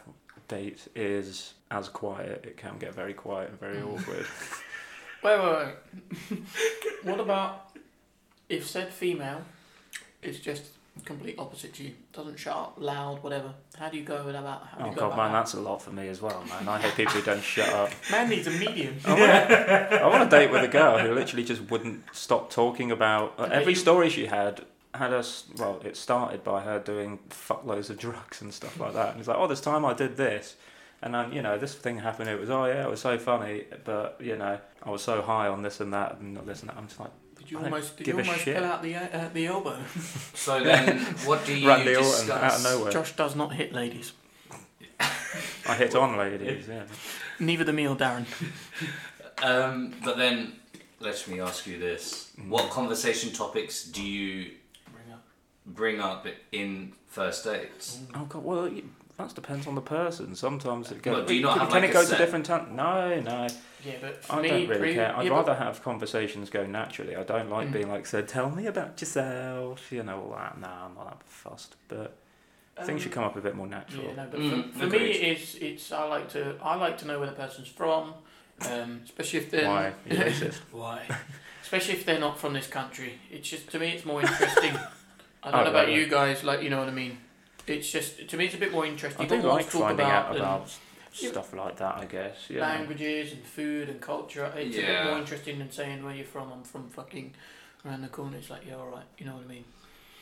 [SPEAKER 3] date is as quiet, it can get very quiet and very
[SPEAKER 1] Hmm.
[SPEAKER 2] Mm.
[SPEAKER 3] awkward.
[SPEAKER 2] Wait, wait, wait. what about if said female is just complete opposite to you. Doesn't shout loud, whatever. How do you go about? How do
[SPEAKER 3] Oh
[SPEAKER 2] you go
[SPEAKER 3] god,
[SPEAKER 2] about
[SPEAKER 3] man,
[SPEAKER 2] that?
[SPEAKER 3] that's a lot for me as well, man. I hate people who don't shut up.
[SPEAKER 2] man needs a medium.
[SPEAKER 3] I want, to, I want to date with a girl who literally just wouldn't stop talking about like,
[SPEAKER 2] bet
[SPEAKER 3] every
[SPEAKER 2] you-
[SPEAKER 3] story she had. Had us well, it started by her doing fuckloads of drugs and stuff like that. And it's like, oh, this time I did this, and then you know this thing happened. It was oh yeah, it was so funny, but you know I was so high on this and that and not this and that. I'm just like,
[SPEAKER 2] Did you
[SPEAKER 3] I don't
[SPEAKER 2] almost did
[SPEAKER 3] give
[SPEAKER 2] you
[SPEAKER 3] a
[SPEAKER 2] almost
[SPEAKER 3] shit.
[SPEAKER 2] pull out the uh, uh, the elbow?
[SPEAKER 1] So then, what do you
[SPEAKER 3] Randy
[SPEAKER 1] discuss?
[SPEAKER 3] Orton out of nowhere.
[SPEAKER 2] Josh does not hit ladies.
[SPEAKER 3] I hit on ladies. Yeah.
[SPEAKER 2] Neither the me or Darren.
[SPEAKER 1] Um, but then, let me ask you this:
[SPEAKER 3] Mm.
[SPEAKER 1] What conversation topics do you bring up in first dates?
[SPEAKER 3] Oh god, well you- that depends on the person. Sometimes it goes.
[SPEAKER 1] Well, do you not
[SPEAKER 3] can
[SPEAKER 1] have,
[SPEAKER 3] can
[SPEAKER 1] like,
[SPEAKER 3] it
[SPEAKER 1] a
[SPEAKER 3] go
[SPEAKER 1] set-
[SPEAKER 3] to different town? No, no.
[SPEAKER 2] Yeah, but for
[SPEAKER 3] I
[SPEAKER 2] me,
[SPEAKER 3] don't really
[SPEAKER 2] pre-
[SPEAKER 3] care. I'd
[SPEAKER 2] yeah, but-
[SPEAKER 3] rather have conversations go naturally. I don't like
[SPEAKER 2] Mm.
[SPEAKER 3] being like, so tell me about yourself, you know, all that. Nah, I'm not that fussed. But things should
[SPEAKER 2] um,
[SPEAKER 3] come up a bit more natural.
[SPEAKER 2] Yeah, no, but
[SPEAKER 1] Mm,
[SPEAKER 2] for, for me,
[SPEAKER 1] agreed.
[SPEAKER 2] it's it's I like to I like to know where the person's from, um, especially if they're
[SPEAKER 3] Why? You racist.
[SPEAKER 2] why, especially if they're not from this country. It's just to me, it's more interesting. I don't
[SPEAKER 3] Oh,
[SPEAKER 2] know about
[SPEAKER 3] right, right.
[SPEAKER 2] you guys, like you know what I mean. It's just to me, it's a bit more interesting.
[SPEAKER 3] I
[SPEAKER 2] You've got
[SPEAKER 3] do
[SPEAKER 2] more
[SPEAKER 3] like
[SPEAKER 2] to talk
[SPEAKER 3] finding
[SPEAKER 2] about,
[SPEAKER 3] out
[SPEAKER 2] than
[SPEAKER 3] about s- stuff like that, I guess. Yeah.
[SPEAKER 2] languages and food and culture. It's a
[SPEAKER 1] Yeah.
[SPEAKER 2] bit more interesting than saying where you're from. I'm from fucking around the corner. It's like yeah, all right, you know what I mean.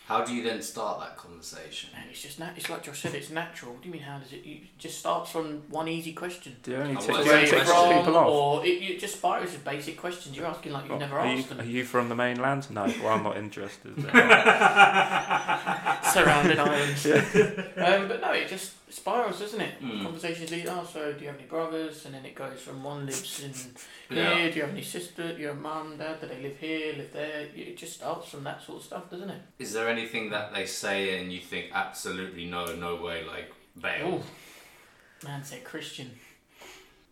[SPEAKER 1] How do you then start that conversation?
[SPEAKER 2] And it's just nat- it's like Josh said, it's natural. What do you mean? How does it? You it just starts from one easy question.
[SPEAKER 3] Do you only
[SPEAKER 1] I
[SPEAKER 3] tick-
[SPEAKER 1] was
[SPEAKER 3] do you
[SPEAKER 2] Where
[SPEAKER 1] saying
[SPEAKER 3] only
[SPEAKER 2] you
[SPEAKER 3] tick
[SPEAKER 1] ticks
[SPEAKER 2] from,
[SPEAKER 3] people off?
[SPEAKER 2] or it, you just fire just basic questions. You're asking like you've
[SPEAKER 3] Oh,
[SPEAKER 2] never
[SPEAKER 3] are, you,
[SPEAKER 2] asked
[SPEAKER 3] are
[SPEAKER 2] them.
[SPEAKER 3] you from the mainland? No, well, I'm not interested.
[SPEAKER 2] Surrounded islands. um, but no, it just spirals, doesn't it?
[SPEAKER 3] Hmm.
[SPEAKER 1] Mm.
[SPEAKER 2] Conversations lead. Oh, so do you have any brothers? And then it goes from one lives in
[SPEAKER 1] Yeah.
[SPEAKER 2] here. Do you have any sister? Do you have mum, dad? Do they live here? Live there? It just starts from that sort of stuff, doesn't it?
[SPEAKER 1] Is there anything that they say and you think absolutely no, no way, like bail?
[SPEAKER 2] Oh, man, say Christian.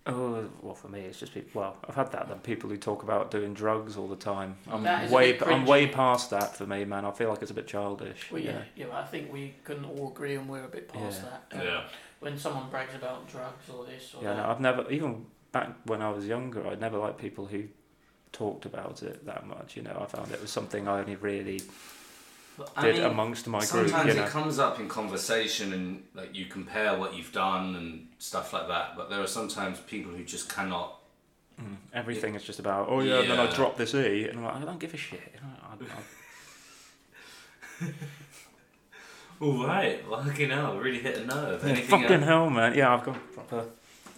[SPEAKER 3] Oh, well, for me, it's just people. Well, I've had that. Then people who talk about doing drugs all the time. I'm
[SPEAKER 2] That is a
[SPEAKER 3] way,
[SPEAKER 2] bit
[SPEAKER 3] I'm way
[SPEAKER 2] cringy.
[SPEAKER 3] past that for me, man. I feel like it's a bit childish.
[SPEAKER 2] Well,
[SPEAKER 3] you
[SPEAKER 2] yeah,
[SPEAKER 3] know.
[SPEAKER 2] yeah. but I think we can all agree, and we're a bit past that. Um,
[SPEAKER 1] Yeah.
[SPEAKER 2] When someone brags about drugs or this or
[SPEAKER 3] Yeah,
[SPEAKER 2] that,
[SPEAKER 3] no, I've never even back when I was younger, I'd never liked people who talked about it that much. You know, I found it was something I only really
[SPEAKER 1] But,
[SPEAKER 3] did amongst my group.
[SPEAKER 1] sometimes
[SPEAKER 3] You
[SPEAKER 1] it
[SPEAKER 3] know,
[SPEAKER 1] comes up in conversation and like you compare what you've done and stuff like that. But there are sometimes people who just cannot.
[SPEAKER 3] Mm, everything is just about oh yeah, and then I
[SPEAKER 1] Yeah.
[SPEAKER 3] dropped this e, and I'm like I don't give a shit. You know, I, I,
[SPEAKER 1] All right, fucking hell, really hit a nerve. Anything
[SPEAKER 3] fucking
[SPEAKER 1] else?
[SPEAKER 3] hell, man. Yeah, I've got proper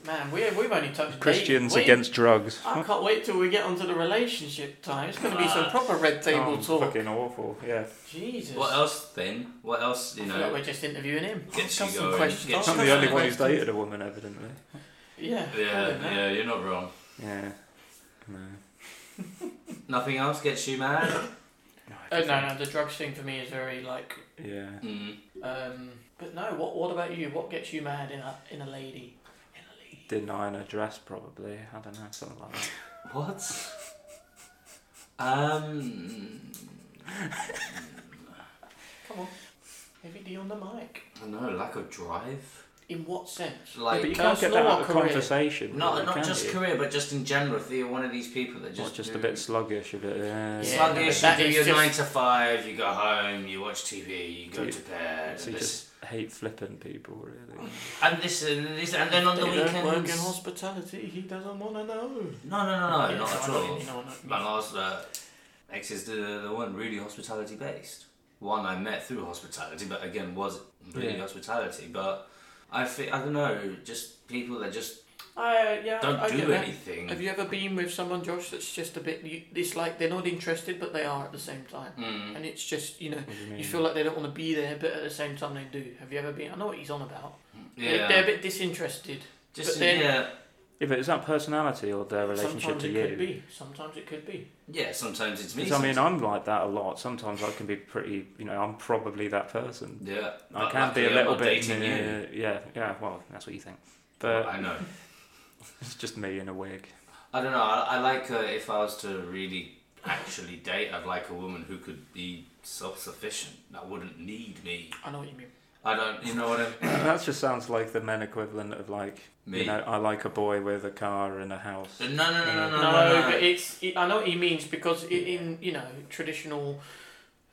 [SPEAKER 2] man, we we've only touched
[SPEAKER 3] Christians
[SPEAKER 2] date. We-
[SPEAKER 3] against drugs.
[SPEAKER 2] I can't wait till we get onto the relationship time. It's going to be
[SPEAKER 1] Uh,
[SPEAKER 2] some proper red table
[SPEAKER 3] Oh,
[SPEAKER 2] talk.
[SPEAKER 3] Fucking awful. Yeah.
[SPEAKER 2] Jesus.
[SPEAKER 1] What else then? What else? You
[SPEAKER 2] I feel like
[SPEAKER 1] know.
[SPEAKER 2] we're just interviewing him.
[SPEAKER 1] Gets
[SPEAKER 2] Ask
[SPEAKER 1] you
[SPEAKER 2] us some
[SPEAKER 1] going,
[SPEAKER 2] questions.
[SPEAKER 1] gets
[SPEAKER 2] Ask
[SPEAKER 1] you
[SPEAKER 2] us
[SPEAKER 3] I'm the
[SPEAKER 1] going.
[SPEAKER 2] some
[SPEAKER 3] only one who's
[SPEAKER 2] questions.
[SPEAKER 3] dated a woman, evidently.
[SPEAKER 2] Yeah. I
[SPEAKER 1] Yeah,
[SPEAKER 2] don't know.
[SPEAKER 1] yeah, you're not wrong.
[SPEAKER 3] Yeah. No.
[SPEAKER 1] Nothing else gets you mad.
[SPEAKER 2] Uh, no, no, the drugs thing for me is very like.
[SPEAKER 3] Yeah.
[SPEAKER 1] Mm.
[SPEAKER 2] Um, but no, what what about you? What gets you mad in a in a lady? In a lady.
[SPEAKER 3] Denying a dress, probably. I don't know, something like that.
[SPEAKER 1] What? Um.
[SPEAKER 2] Come on, heavy D on the mic.
[SPEAKER 1] I don't know, lack of drive.
[SPEAKER 2] In what sense?
[SPEAKER 3] Yeah,
[SPEAKER 1] Like
[SPEAKER 3] but you can't get that
[SPEAKER 2] personal
[SPEAKER 3] out
[SPEAKER 2] or
[SPEAKER 3] of
[SPEAKER 2] career?
[SPEAKER 3] conversation.
[SPEAKER 1] Not
[SPEAKER 3] really,
[SPEAKER 1] not
[SPEAKER 3] can
[SPEAKER 1] just
[SPEAKER 3] you?
[SPEAKER 1] career, but just in general. If you're one of these people that just
[SPEAKER 3] Just, just a
[SPEAKER 1] do-
[SPEAKER 3] bit sluggish, a bit. Uh,
[SPEAKER 2] Yeah,
[SPEAKER 1] sluggish.
[SPEAKER 2] no, that
[SPEAKER 1] you do
[SPEAKER 2] is
[SPEAKER 1] your
[SPEAKER 2] just-
[SPEAKER 1] nine to five. You go home. You watch TV. You go
[SPEAKER 3] Do you-
[SPEAKER 1] to bed.
[SPEAKER 3] So you
[SPEAKER 1] this-
[SPEAKER 3] just hate flippant people,
[SPEAKER 1] Mm.
[SPEAKER 3] really.
[SPEAKER 1] and this and this and then on the
[SPEAKER 2] They don't work in
[SPEAKER 1] weekends.
[SPEAKER 2] hospitality. He doesn't want to
[SPEAKER 1] No,
[SPEAKER 2] know.
[SPEAKER 1] no, no, no,
[SPEAKER 2] Yeah,
[SPEAKER 1] not
[SPEAKER 2] no, I
[SPEAKER 1] at
[SPEAKER 2] know what you
[SPEAKER 1] all.
[SPEAKER 2] mean, no, I know what you
[SPEAKER 1] My
[SPEAKER 2] mean.
[SPEAKER 1] last uh, ex is the, the one really hospitality based. One I met through hospitality, but again was really
[SPEAKER 3] Yeah.
[SPEAKER 1] hospitality. But I think I don't know, just people that just
[SPEAKER 2] I uh, yeah.
[SPEAKER 1] don't
[SPEAKER 2] I get
[SPEAKER 1] do
[SPEAKER 2] that.
[SPEAKER 1] anything.
[SPEAKER 2] Have you ever been with someone, Josh, that's just a bit? You, it's like they're not interested, but they are at the same time,
[SPEAKER 1] Mm.
[SPEAKER 2] and it's just you know
[SPEAKER 3] What do you
[SPEAKER 2] you,
[SPEAKER 3] mean?
[SPEAKER 2] feel like they don't want to be there, but at the same time they do. Have you ever been? I know what he's on about. They-
[SPEAKER 1] Yeah,
[SPEAKER 2] They're a bit disinterested.
[SPEAKER 1] just
[SPEAKER 2] but then-
[SPEAKER 1] yeah,
[SPEAKER 3] yeah, but is that personality or their relationship
[SPEAKER 2] Sometimes
[SPEAKER 3] to
[SPEAKER 2] it
[SPEAKER 3] you?
[SPEAKER 2] could be. Sometimes it could be.
[SPEAKER 1] yeah. Sometimes it's me.
[SPEAKER 3] Because, I mean, I'm like that a lot. Sometimes I can be pretty, you know, I'm probably that person.
[SPEAKER 1] yeah,
[SPEAKER 3] I
[SPEAKER 1] but
[SPEAKER 3] can be
[SPEAKER 1] luckily
[SPEAKER 3] a
[SPEAKER 1] I'm
[SPEAKER 3] little
[SPEAKER 1] not
[SPEAKER 3] bit.
[SPEAKER 1] dating you.
[SPEAKER 3] uh, Yeah, yeah, well, that's what you think. But
[SPEAKER 1] I know.
[SPEAKER 3] it's just me in a wig.
[SPEAKER 1] I don't know. I, I like uh, if I was to really actually date, I'd like a woman who could be self-sufficient. That wouldn't need me.
[SPEAKER 2] I know what you mean.
[SPEAKER 1] I don't. You know what I mean?
[SPEAKER 3] that just sounds like the men equivalent of like
[SPEAKER 1] Me.
[SPEAKER 3] you know I like a boy with a car and a house.
[SPEAKER 1] No, no, no, no, no, no.
[SPEAKER 2] No,
[SPEAKER 1] no.
[SPEAKER 2] but it's. It, I know what he means because i in you know traditional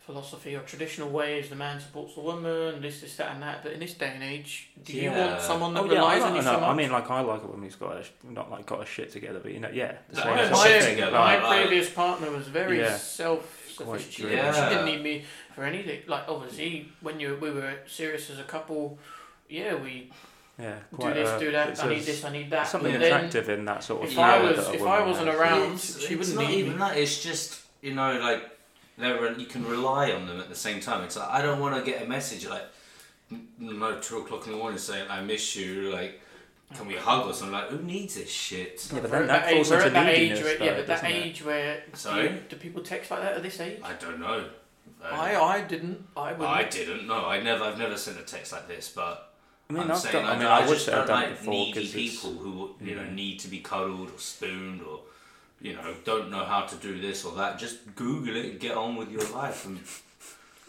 [SPEAKER 2] philosophy or traditional ways, the man supports the woman, this, this, that, and that. But in this day and age, do you
[SPEAKER 1] Yeah.
[SPEAKER 2] want someone that
[SPEAKER 3] Oh, yeah, I,
[SPEAKER 2] relies
[SPEAKER 3] like,
[SPEAKER 2] on you
[SPEAKER 3] no,
[SPEAKER 2] so much?
[SPEAKER 3] I mean, like, I like a woman who's got a, sh- not like got a shit together, but you know, yeah, the
[SPEAKER 1] No,
[SPEAKER 3] same
[SPEAKER 1] I don't
[SPEAKER 3] sort of
[SPEAKER 1] mind
[SPEAKER 3] thing,
[SPEAKER 1] together.
[SPEAKER 3] like-
[SPEAKER 2] my
[SPEAKER 1] Right, right.
[SPEAKER 2] previous partner was very
[SPEAKER 3] Yeah.
[SPEAKER 2] self-sufficient.
[SPEAKER 3] Quite
[SPEAKER 2] She,
[SPEAKER 3] true.
[SPEAKER 2] didn't- she
[SPEAKER 1] Yeah.
[SPEAKER 2] didn't need me for anything. Like obviously, when you we were serious as a couple, yeah, we
[SPEAKER 3] yeah,
[SPEAKER 2] do
[SPEAKER 3] quite,
[SPEAKER 2] this,
[SPEAKER 3] uh,
[SPEAKER 2] do that.
[SPEAKER 3] it's
[SPEAKER 2] I
[SPEAKER 3] a-
[SPEAKER 2] need this, I need that.
[SPEAKER 3] Something
[SPEAKER 2] but then,
[SPEAKER 3] attractive in that sort of.
[SPEAKER 2] if
[SPEAKER 1] I
[SPEAKER 3] manner
[SPEAKER 1] was-
[SPEAKER 3] that a
[SPEAKER 2] if
[SPEAKER 3] woman
[SPEAKER 2] I wasn't
[SPEAKER 3] has.
[SPEAKER 2] around- Round,
[SPEAKER 1] It's,
[SPEAKER 2] she
[SPEAKER 1] it's
[SPEAKER 2] wouldn't
[SPEAKER 1] not
[SPEAKER 2] need
[SPEAKER 1] even
[SPEAKER 2] me.
[SPEAKER 1] that. It's just you know like they're, you can rely on them at the same time. It's like I don't want to get a message like n- no two o'clock in the morning saying I miss you. Like can we hug or something? Like who needs this shit?
[SPEAKER 3] Yeah, but
[SPEAKER 2] we're
[SPEAKER 3] then
[SPEAKER 2] at
[SPEAKER 3] that
[SPEAKER 2] that
[SPEAKER 3] falls
[SPEAKER 2] age- we're
[SPEAKER 3] into
[SPEAKER 2] at that age
[SPEAKER 3] neediness,
[SPEAKER 2] where-
[SPEAKER 3] though,
[SPEAKER 2] yeah, but that
[SPEAKER 3] doesn't it?
[SPEAKER 2] age where do,
[SPEAKER 1] Sorry?
[SPEAKER 2] you, do people text like that at this age?
[SPEAKER 1] I don't know. Uh,
[SPEAKER 2] I I didn't. I wouldn't.
[SPEAKER 1] I didn't. No, I never. I've never sent a text like this, but.
[SPEAKER 3] I mean,
[SPEAKER 1] I'm
[SPEAKER 3] I've
[SPEAKER 1] saying,
[SPEAKER 3] done, I
[SPEAKER 1] like,
[SPEAKER 3] mean, I, would
[SPEAKER 1] just
[SPEAKER 3] say
[SPEAKER 1] don't
[SPEAKER 3] I've done
[SPEAKER 1] like
[SPEAKER 3] it before
[SPEAKER 1] needy
[SPEAKER 3] because it's.
[SPEAKER 1] people who you know need to be cuddled or spooned or you know don't know how to do this or that. Just Google it, and get on with your life, and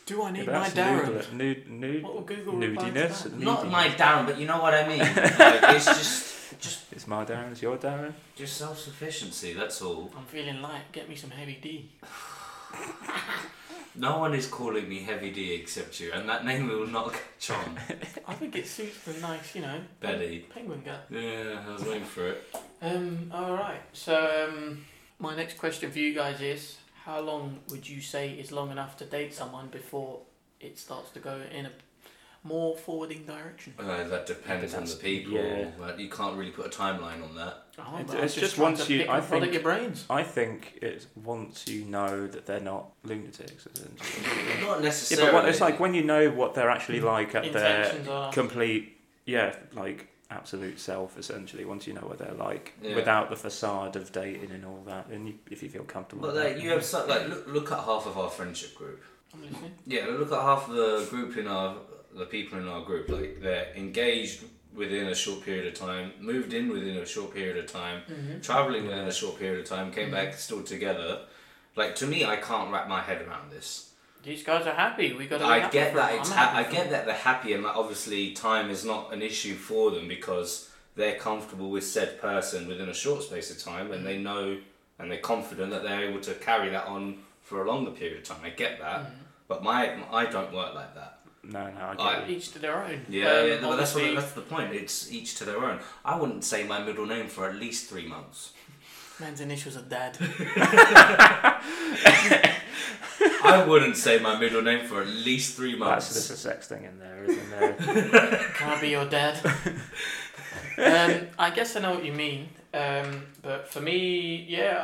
[SPEAKER 2] Do I
[SPEAKER 3] Yeah,
[SPEAKER 2] need
[SPEAKER 3] but
[SPEAKER 2] my
[SPEAKER 3] that's
[SPEAKER 2] Darren?
[SPEAKER 3] nudel- nude, nude,
[SPEAKER 2] What will Google reply to
[SPEAKER 3] nudiness.
[SPEAKER 2] that?
[SPEAKER 1] not
[SPEAKER 3] nudiness.
[SPEAKER 1] my Darren, but you know what I mean. like, it's just just
[SPEAKER 3] It's my Darren. It's your Darren.
[SPEAKER 1] just self sufficiency. That's all.
[SPEAKER 2] I'm feeling light. Get me some heavy D.
[SPEAKER 1] No one is calling me Heavy D except you, and that name will not catch on,
[SPEAKER 2] I think it suits the nice, you know,
[SPEAKER 1] Betty.
[SPEAKER 2] penguin guy.
[SPEAKER 1] Yeah, I was waiting for it.
[SPEAKER 2] Um, all right. So um, my next question for you guys is: How long would you say is long enough to date someone before it starts to go in a more forwarding direction?
[SPEAKER 1] Uh, that depends on the
[SPEAKER 3] That's-
[SPEAKER 1] people.
[SPEAKER 3] yeah.
[SPEAKER 1] Like, you can't really put a timeline on that.
[SPEAKER 2] Oh,
[SPEAKER 3] It's-
[SPEAKER 2] but I was
[SPEAKER 3] it's just
[SPEAKER 2] trying
[SPEAKER 3] once
[SPEAKER 2] to
[SPEAKER 3] you-
[SPEAKER 2] pick
[SPEAKER 3] I
[SPEAKER 2] and prod at
[SPEAKER 3] think-
[SPEAKER 2] your brains.
[SPEAKER 3] I think it's once you know that they're not lunatics. essentially.
[SPEAKER 1] Not
[SPEAKER 3] yeah,
[SPEAKER 1] necessarily.
[SPEAKER 3] but what, it's like when you know what they're actually like at their
[SPEAKER 2] Mm-hmm. Intentions are.
[SPEAKER 3] complete, yeah, like absolute self. Essentially, once you know what they're like,
[SPEAKER 1] Yeah.
[SPEAKER 3] without the facade of dating and all that, and you, if you feel comfortable.
[SPEAKER 1] But
[SPEAKER 3] with
[SPEAKER 1] like
[SPEAKER 3] that,
[SPEAKER 1] you have so, like look look at half of our friendship group.
[SPEAKER 2] I'm listening.
[SPEAKER 1] Yeah, look at half of the group in our the people in our group. Like they're engaged within a short period of time, moved in within a short period of time,
[SPEAKER 2] Mm-hmm.
[SPEAKER 1] traveling within a short period of time,
[SPEAKER 3] Mm-hmm.
[SPEAKER 1] came back still together. Like to me, I can't wrap my head around this.
[SPEAKER 2] These guys are happy. We got. to be
[SPEAKER 1] I
[SPEAKER 2] happy
[SPEAKER 1] get
[SPEAKER 2] for
[SPEAKER 1] that
[SPEAKER 2] them.
[SPEAKER 1] it's
[SPEAKER 2] I'm
[SPEAKER 1] ha- I
[SPEAKER 2] happy for
[SPEAKER 1] get
[SPEAKER 2] them.
[SPEAKER 1] that they're happy and like, obviously time is not an issue for them because they're comfortable with said person within a short space of time and they know and they're confident that they're able to carry that on for a longer period of time. I get that,
[SPEAKER 2] Mm.
[SPEAKER 1] but my I don't work like that.
[SPEAKER 3] no, no, I get
[SPEAKER 1] I-
[SPEAKER 3] you.
[SPEAKER 2] Each to their own.
[SPEAKER 1] Yeah,
[SPEAKER 2] Um,
[SPEAKER 1] yeah no, that's, what,
[SPEAKER 2] obviously-
[SPEAKER 1] that's the point. It's each to their own. I wouldn't say my middle name for at least three months.
[SPEAKER 2] Man's initials are dad.
[SPEAKER 1] I wouldn't say my middle name for at least three
[SPEAKER 3] That's
[SPEAKER 1] months.
[SPEAKER 3] just a sex thing in there, isn't there?
[SPEAKER 2] Can I be your dad? um, I guess I know what you mean. Um, but for me, yeah,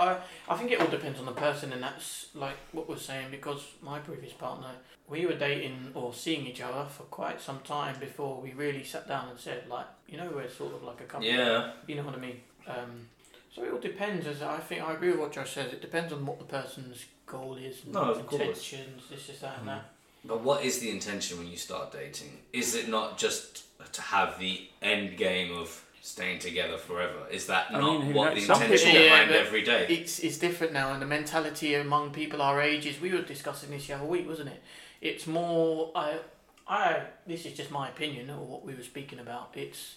[SPEAKER 2] I, I think it all depends on the person, and that's like what we're saying because my previous partner, we were dating or seeing each other for quite some time before we really sat down and said, like, you know, we're sort of like a couple.
[SPEAKER 1] Yeah,
[SPEAKER 2] You know what I mean? Um, so it all depends, as I think I agree with what Josh says. It depends on what the person's goal is, and
[SPEAKER 1] No, of course.
[SPEAKER 2] intentions, this, is that, and that.
[SPEAKER 1] but what is the intention when you start dating? Is it not just to have the end game of staying together forever? Is that
[SPEAKER 3] I
[SPEAKER 1] not
[SPEAKER 3] mean, who
[SPEAKER 1] what the
[SPEAKER 3] knows? Some
[SPEAKER 1] intention
[SPEAKER 2] people- Yeah,
[SPEAKER 1] behind
[SPEAKER 2] but
[SPEAKER 1] every day?
[SPEAKER 2] it's it's different now, and the mentality among people our ages. We were discussing this the other week, wasn't it? It's more. I, I. This is just my opinion or what we were speaking about. It's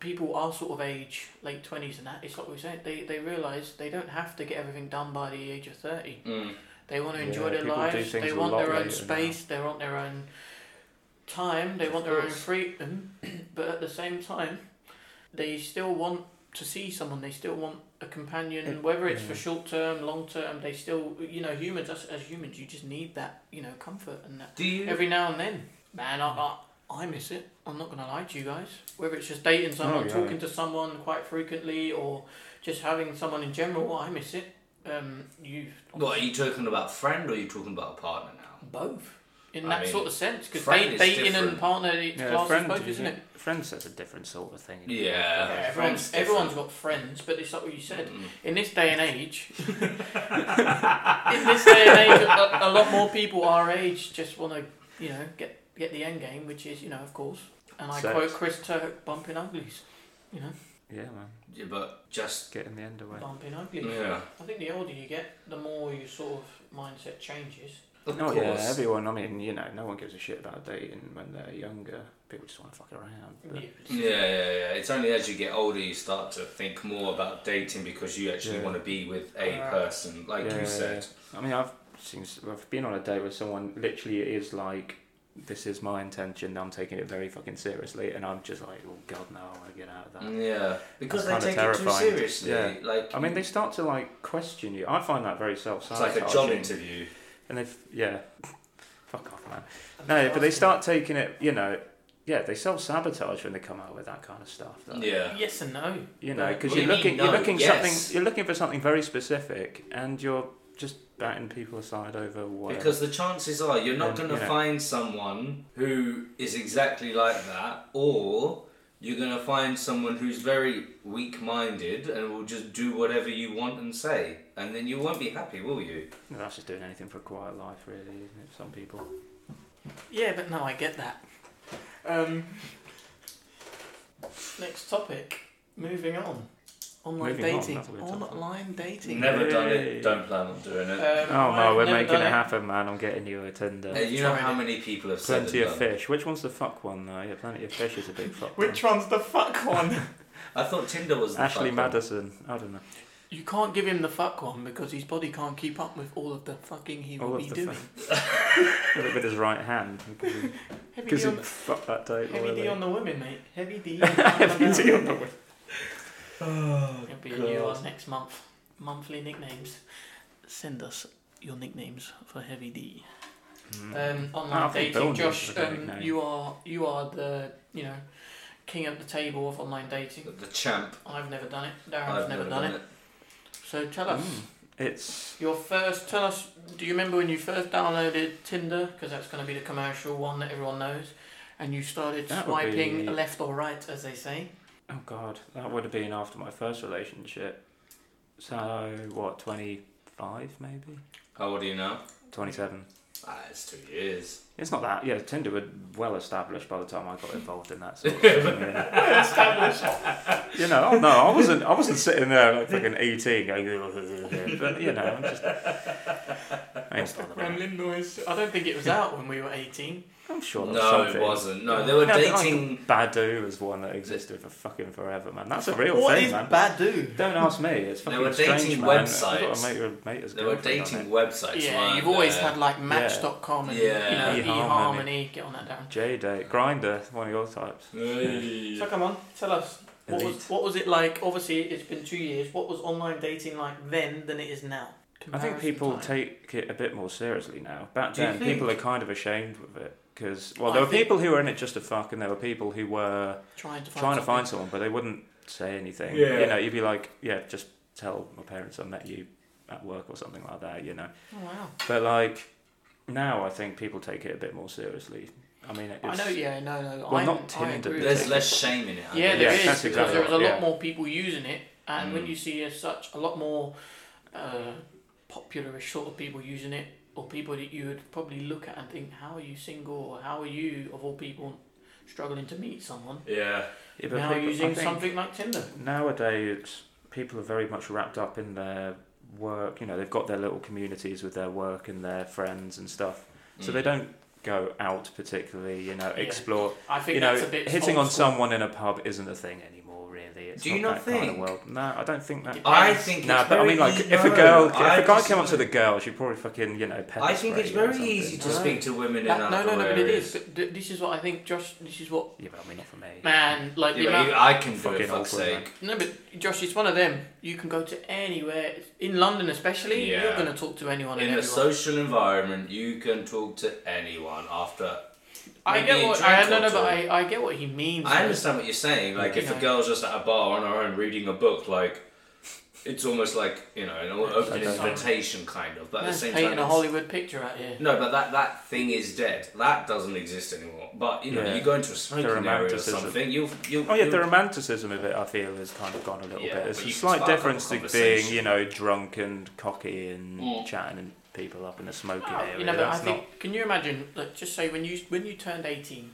[SPEAKER 2] people our sort of age, late twenties, and that. It's like we were saying. They they realise they don't have to get everything done by the age of thirty.
[SPEAKER 1] Mm.
[SPEAKER 2] They want to
[SPEAKER 3] Yeah,
[SPEAKER 2] enjoy their
[SPEAKER 3] people do
[SPEAKER 2] lives.
[SPEAKER 3] things
[SPEAKER 2] They
[SPEAKER 3] a
[SPEAKER 2] want
[SPEAKER 3] lot
[SPEAKER 2] their own
[SPEAKER 3] later now.
[SPEAKER 2] space. They want their own time. They
[SPEAKER 1] Of
[SPEAKER 2] want their own
[SPEAKER 1] course.
[SPEAKER 2] freedom. but at the same time, they still want to see someone. They still want a companion, whether it's for short term, long term. They still, you know, humans us as humans, you just need that, you know, comfort and that
[SPEAKER 1] Do you?
[SPEAKER 2] every now and then. Man, I, I, I miss it. I'm not gonna lie to you guys. Whether it's just dating someone,
[SPEAKER 3] Oh, yeah.
[SPEAKER 2] talking to someone quite frequently, or just having someone in general, I miss it. Um, you
[SPEAKER 1] What are you talking about? Friend or are you talking about a partner now?
[SPEAKER 2] both in
[SPEAKER 1] I
[SPEAKER 2] that
[SPEAKER 1] mean,
[SPEAKER 2] sort of sense because
[SPEAKER 1] friend
[SPEAKER 2] they,
[SPEAKER 1] is
[SPEAKER 2] dating
[SPEAKER 1] different.
[SPEAKER 2] and partner it's
[SPEAKER 3] yeah,
[SPEAKER 2] classed as
[SPEAKER 3] friends,
[SPEAKER 2] both, isn't it?
[SPEAKER 3] Friends is a different sort of thing.
[SPEAKER 1] Yeah.
[SPEAKER 2] Yeah,
[SPEAKER 1] friends
[SPEAKER 2] everyone's,
[SPEAKER 1] different.
[SPEAKER 2] everyone's got friends, but it's like what you said. In this day and age,
[SPEAKER 1] Mm.
[SPEAKER 2] in this day and age, a, a lot more people our age just want to, you know, get get the end game, which is, you know, of course. And I
[SPEAKER 3] Sex.
[SPEAKER 2] quote Chris Turk, "Bumping uglies," you know,
[SPEAKER 3] Yeah, man.
[SPEAKER 1] Yeah, but just
[SPEAKER 3] Getting the end away.
[SPEAKER 1] Oh,
[SPEAKER 2] bumping uglies.
[SPEAKER 1] yeah.
[SPEAKER 2] I think the older you get, the more your sort of mindset changes.
[SPEAKER 1] Of
[SPEAKER 3] Oh yeah,
[SPEAKER 1] course.
[SPEAKER 3] everyone. I mean, you know, no one gives a shit about dating when they're younger. People just want to fuck around. But,
[SPEAKER 1] Yeah, yeah, yeah. It's only as you get older you start to think more about dating because you actually
[SPEAKER 3] Yeah.
[SPEAKER 1] want to be with a
[SPEAKER 2] Alright.
[SPEAKER 1] person, like
[SPEAKER 3] Yeah,
[SPEAKER 1] you
[SPEAKER 3] yeah,
[SPEAKER 1] said.
[SPEAKER 3] I mean, I've seems I've been on a date with someone literally it is like this is my intention I'm taking it very fucking seriously and I'm just like oh god no I want to get out of that
[SPEAKER 1] Yeah, because they
[SPEAKER 3] That's
[SPEAKER 1] take
[SPEAKER 3] kinda
[SPEAKER 1] it
[SPEAKER 3] terrifying.
[SPEAKER 1] too seriously.
[SPEAKER 3] Yeah.
[SPEAKER 1] Like
[SPEAKER 3] I mean they start to like question you I find that very
[SPEAKER 1] it's
[SPEAKER 3] self-sabotaging
[SPEAKER 1] like a job interview.
[SPEAKER 3] and they yeah fuck off man no but they start taking it you know yeah they self-sabotage when they come out with that kind of stuff though.
[SPEAKER 1] Yeah.
[SPEAKER 2] Yes and no.
[SPEAKER 3] you know
[SPEAKER 2] Right.
[SPEAKER 3] because
[SPEAKER 1] What do
[SPEAKER 3] you're
[SPEAKER 1] you mean,
[SPEAKER 3] looking
[SPEAKER 1] no?
[SPEAKER 3] you're looking
[SPEAKER 1] Yes.
[SPEAKER 3] something you're looking for something very specific and you're just batting people aside over whatever.
[SPEAKER 1] Because the chances are you're not
[SPEAKER 3] Um,
[SPEAKER 1] going to
[SPEAKER 3] yeah.
[SPEAKER 1] find someone who is exactly like that, or you're going to find someone who's very weak minded and will just do whatever you want and say. And then you won't be happy, will you?
[SPEAKER 3] No, That's just doing anything for a quiet life, really, isn't it? Some people.
[SPEAKER 2] Yeah, but no, I get that. Um, next topic. Moving on. Online
[SPEAKER 3] Moving on,
[SPEAKER 2] dating.
[SPEAKER 3] that's what we're talking about.
[SPEAKER 2] Online dating.
[SPEAKER 1] Never done
[SPEAKER 3] Yay.
[SPEAKER 1] it, don't plan on doing
[SPEAKER 2] Um,
[SPEAKER 1] it.
[SPEAKER 3] Oh
[SPEAKER 2] I've
[SPEAKER 3] no, we're
[SPEAKER 2] never
[SPEAKER 3] making it
[SPEAKER 2] done
[SPEAKER 3] happen, man. I'm getting you a Tinder.
[SPEAKER 1] Uh, you know
[SPEAKER 2] tried
[SPEAKER 1] how
[SPEAKER 2] it.
[SPEAKER 1] many people have said
[SPEAKER 3] Plenty
[SPEAKER 1] and
[SPEAKER 3] of
[SPEAKER 1] done.
[SPEAKER 3] fish. Which one's the fuck one though? Yeah, Plenty of Fish is a big fuck one.
[SPEAKER 2] Which one's the fuck one?
[SPEAKER 1] I thought Tinder was the
[SPEAKER 3] Ashley
[SPEAKER 1] fuck one.
[SPEAKER 3] Madison. I don't know.
[SPEAKER 2] you can't give him the fuck one because his body can't keep up with all of the fucking he
[SPEAKER 3] All
[SPEAKER 2] will
[SPEAKER 3] of
[SPEAKER 2] be
[SPEAKER 3] Oh, the
[SPEAKER 2] doing.
[SPEAKER 3] fuck- With with his right hand.
[SPEAKER 2] Heavy
[SPEAKER 3] Because
[SPEAKER 2] D
[SPEAKER 3] he
[SPEAKER 2] on the,
[SPEAKER 3] fucked that date.
[SPEAKER 2] heavy D
[SPEAKER 3] royally.
[SPEAKER 2] on the women, mate. Heavy D.
[SPEAKER 3] Heavy D on the women.
[SPEAKER 2] It'll be a new one next month. Monthly nicknames. Send us your nicknames for Heavy D.
[SPEAKER 3] Mm.
[SPEAKER 2] Um,
[SPEAKER 3] I
[SPEAKER 2] online
[SPEAKER 3] think Bill
[SPEAKER 2] dating,
[SPEAKER 3] needs
[SPEAKER 2] Josh.
[SPEAKER 3] a
[SPEAKER 2] Um,
[SPEAKER 3] nickname.
[SPEAKER 2] you are you are the you know king of the table of online dating.
[SPEAKER 1] The, the champ.
[SPEAKER 2] I've never done it.
[SPEAKER 1] I've
[SPEAKER 2] Darren's never, done, it. So tell us
[SPEAKER 3] Mm. It's
[SPEAKER 2] your first. Tell us. Do you remember when you first downloaded Tinder? Because that's going to be the commercial one that everyone knows. And you started
[SPEAKER 3] That would
[SPEAKER 2] swiping
[SPEAKER 3] be-
[SPEAKER 2] left or right, as they say.
[SPEAKER 3] oh god, that would have been after my first relationship. So what, twenty five maybe?
[SPEAKER 1] How old are you now?
[SPEAKER 3] Twenty seven.
[SPEAKER 1] Ah, it's two years.
[SPEAKER 3] It's not that. Yeah, Tinder were well established by the time I got involved in that sort of thing. established. You know, oh, no, I wasn't. I wasn't sitting there like fucking eighteen going. But you know, I'm just. I ain't started that.
[SPEAKER 2] Gremlin noise. I don't think it was out when we were 18.
[SPEAKER 3] I'm sure there was
[SPEAKER 1] No,
[SPEAKER 3] something.
[SPEAKER 1] it wasn't. No, they were
[SPEAKER 3] Yeah, but, like,
[SPEAKER 1] dating.
[SPEAKER 3] Badu was one that existed for fucking forever, man. That's a real
[SPEAKER 2] What
[SPEAKER 3] thing,
[SPEAKER 2] is
[SPEAKER 3] man.
[SPEAKER 2] Badu?
[SPEAKER 3] Don't ask me. It's
[SPEAKER 1] They
[SPEAKER 3] fucking
[SPEAKER 1] were
[SPEAKER 3] strange,
[SPEAKER 1] dating
[SPEAKER 3] man. I've got
[SPEAKER 1] websites.
[SPEAKER 3] a mate, who- mate who's
[SPEAKER 1] They were
[SPEAKER 3] girlfriend on
[SPEAKER 1] dating
[SPEAKER 3] it.
[SPEAKER 1] websites.
[SPEAKER 2] Yeah,
[SPEAKER 1] weren't
[SPEAKER 2] you've always
[SPEAKER 1] they?
[SPEAKER 2] had like Match.com and
[SPEAKER 1] Yeah.
[SPEAKER 3] E
[SPEAKER 2] you know,
[SPEAKER 3] eHarmony.
[SPEAKER 2] eHarmony. Get on that down.
[SPEAKER 3] J-Date. Grinder, one of your types.
[SPEAKER 1] Yeah.
[SPEAKER 2] So come on, tell us. What was,
[SPEAKER 3] Elite.
[SPEAKER 2] what was it like? Obviously, it's been two years. What was online dating like then than it is now?
[SPEAKER 3] I
[SPEAKER 2] Comparison
[SPEAKER 3] think people
[SPEAKER 2] time.
[SPEAKER 3] take it a bit more seriously now. Back
[SPEAKER 1] Do you
[SPEAKER 3] then,
[SPEAKER 1] think?
[SPEAKER 3] people are kind of ashamed with it because, well,
[SPEAKER 2] I
[SPEAKER 3] there were
[SPEAKER 2] think-
[SPEAKER 3] people who were in it just to fuck, and there were people who were
[SPEAKER 2] trying to find
[SPEAKER 3] trying to
[SPEAKER 2] something.
[SPEAKER 3] find someone, but they wouldn't say anything.
[SPEAKER 1] Yeah.
[SPEAKER 3] You know, you'd be like, yeah, just tell my parents I met you at work or something like that. You know,
[SPEAKER 2] Oh, wow.
[SPEAKER 3] but like now, I think people take it a bit more seriously. I mean, it's,
[SPEAKER 2] I know. Yeah. No. No.
[SPEAKER 3] Well,
[SPEAKER 2] I,
[SPEAKER 3] not
[SPEAKER 2] I
[SPEAKER 3] Tinder,
[SPEAKER 2] agree with
[SPEAKER 1] There's
[SPEAKER 2] you.
[SPEAKER 1] less shame in it. I guess.
[SPEAKER 2] Yeah, there
[SPEAKER 3] Yeah,
[SPEAKER 2] is
[SPEAKER 3] that's
[SPEAKER 2] because
[SPEAKER 3] exactly
[SPEAKER 2] there's a lot
[SPEAKER 3] right, yeah.
[SPEAKER 2] more people using it, and when
[SPEAKER 1] Mm.
[SPEAKER 2] you see a, such a lot more uh, popularish sort of people using it, or people that you would probably look at and think, "How are you single?" or "How are you of all people struggling to meet someone?"
[SPEAKER 1] Yeah.
[SPEAKER 3] Yeah, but
[SPEAKER 2] now
[SPEAKER 3] people- I
[SPEAKER 2] using
[SPEAKER 3] think-
[SPEAKER 2] something like Tinder.
[SPEAKER 3] nowadays people are very much wrapped up in their work you know they've got their little communities with their work and their friends and stuff so
[SPEAKER 1] Mm.
[SPEAKER 3] they don't go out particularly you know
[SPEAKER 2] Yeah.
[SPEAKER 3] explore
[SPEAKER 2] I think
[SPEAKER 3] you know
[SPEAKER 2] that's a bit
[SPEAKER 3] hitting
[SPEAKER 2] old
[SPEAKER 3] on
[SPEAKER 2] school.
[SPEAKER 3] someone in a pub isn't a thing anymore really it's
[SPEAKER 1] Do you
[SPEAKER 3] not
[SPEAKER 1] not
[SPEAKER 3] that kind of
[SPEAKER 1] think?
[SPEAKER 3] world no i don't think that
[SPEAKER 2] Yeah.
[SPEAKER 1] I think.
[SPEAKER 3] no
[SPEAKER 1] it's
[SPEAKER 3] but i
[SPEAKER 1] very
[SPEAKER 3] mean like
[SPEAKER 1] easy-
[SPEAKER 3] if a
[SPEAKER 1] no,
[SPEAKER 3] girl if
[SPEAKER 1] I
[SPEAKER 3] a guy
[SPEAKER 1] just-
[SPEAKER 3] came up to the girl she'd probably fucking you know pepper
[SPEAKER 1] I think
[SPEAKER 3] spray
[SPEAKER 1] it's
[SPEAKER 3] you or
[SPEAKER 1] very
[SPEAKER 3] something.
[SPEAKER 1] easy to
[SPEAKER 2] No.
[SPEAKER 1] speak to women
[SPEAKER 2] That-
[SPEAKER 1] in
[SPEAKER 2] no, no, no, but it
[SPEAKER 1] areas.
[SPEAKER 2] is. But th- this is what I think, Josh. This is what
[SPEAKER 3] yeah but i mean not for me
[SPEAKER 2] man like the
[SPEAKER 1] Yeah,
[SPEAKER 2] amount-
[SPEAKER 1] but you- I can do
[SPEAKER 3] Fucking
[SPEAKER 1] it. Fuck's
[SPEAKER 3] awkward, man.
[SPEAKER 1] sake.
[SPEAKER 2] No, but Josh, it's one of them. You can go to anywhere in London, especially. You're
[SPEAKER 1] Yeah.
[SPEAKER 2] going to talk to anyone and
[SPEAKER 1] In a
[SPEAKER 2] everyone.
[SPEAKER 1] social environment, you can talk to anyone after.
[SPEAKER 2] I
[SPEAKER 1] maybe
[SPEAKER 2] get
[SPEAKER 1] a
[SPEAKER 2] what
[SPEAKER 1] drink
[SPEAKER 2] I no
[SPEAKER 1] or
[SPEAKER 2] no, but
[SPEAKER 1] two.
[SPEAKER 2] I, I get what he means.
[SPEAKER 1] I understand what you're saying. Like, if
[SPEAKER 2] Yeah.
[SPEAKER 1] a girl's just at a bar on her own reading a book, like, it's almost like, you know, an open
[SPEAKER 3] Sometimes.
[SPEAKER 1] invitation kind of. But at the
[SPEAKER 2] Man's
[SPEAKER 1] same
[SPEAKER 2] painting
[SPEAKER 1] time,
[SPEAKER 2] a
[SPEAKER 1] it's-
[SPEAKER 2] Hollywood picture out here.
[SPEAKER 1] No, but that, that thing is dead. That doesn't exist anymore. But you know,
[SPEAKER 3] Yeah.
[SPEAKER 1] you go into a smoking area or
[SPEAKER 3] romanticism.
[SPEAKER 1] something, you'll you'll.
[SPEAKER 3] Oh yeah,
[SPEAKER 1] you'll-
[SPEAKER 3] the romanticism of it, I feel, has kind of gone a little
[SPEAKER 1] Yeah,
[SPEAKER 3] bit. It's
[SPEAKER 1] but
[SPEAKER 3] a
[SPEAKER 1] you can
[SPEAKER 3] slight
[SPEAKER 1] spark up a
[SPEAKER 3] difference to being,
[SPEAKER 1] conversation.
[SPEAKER 3] you know, drunk and cocky and
[SPEAKER 1] Mm. Oh,
[SPEAKER 3] chatting and people up in a smoking area.
[SPEAKER 2] you know, but I
[SPEAKER 3] That's
[SPEAKER 2] think. Can you imagine? Like, just say when you when you turned eighteen,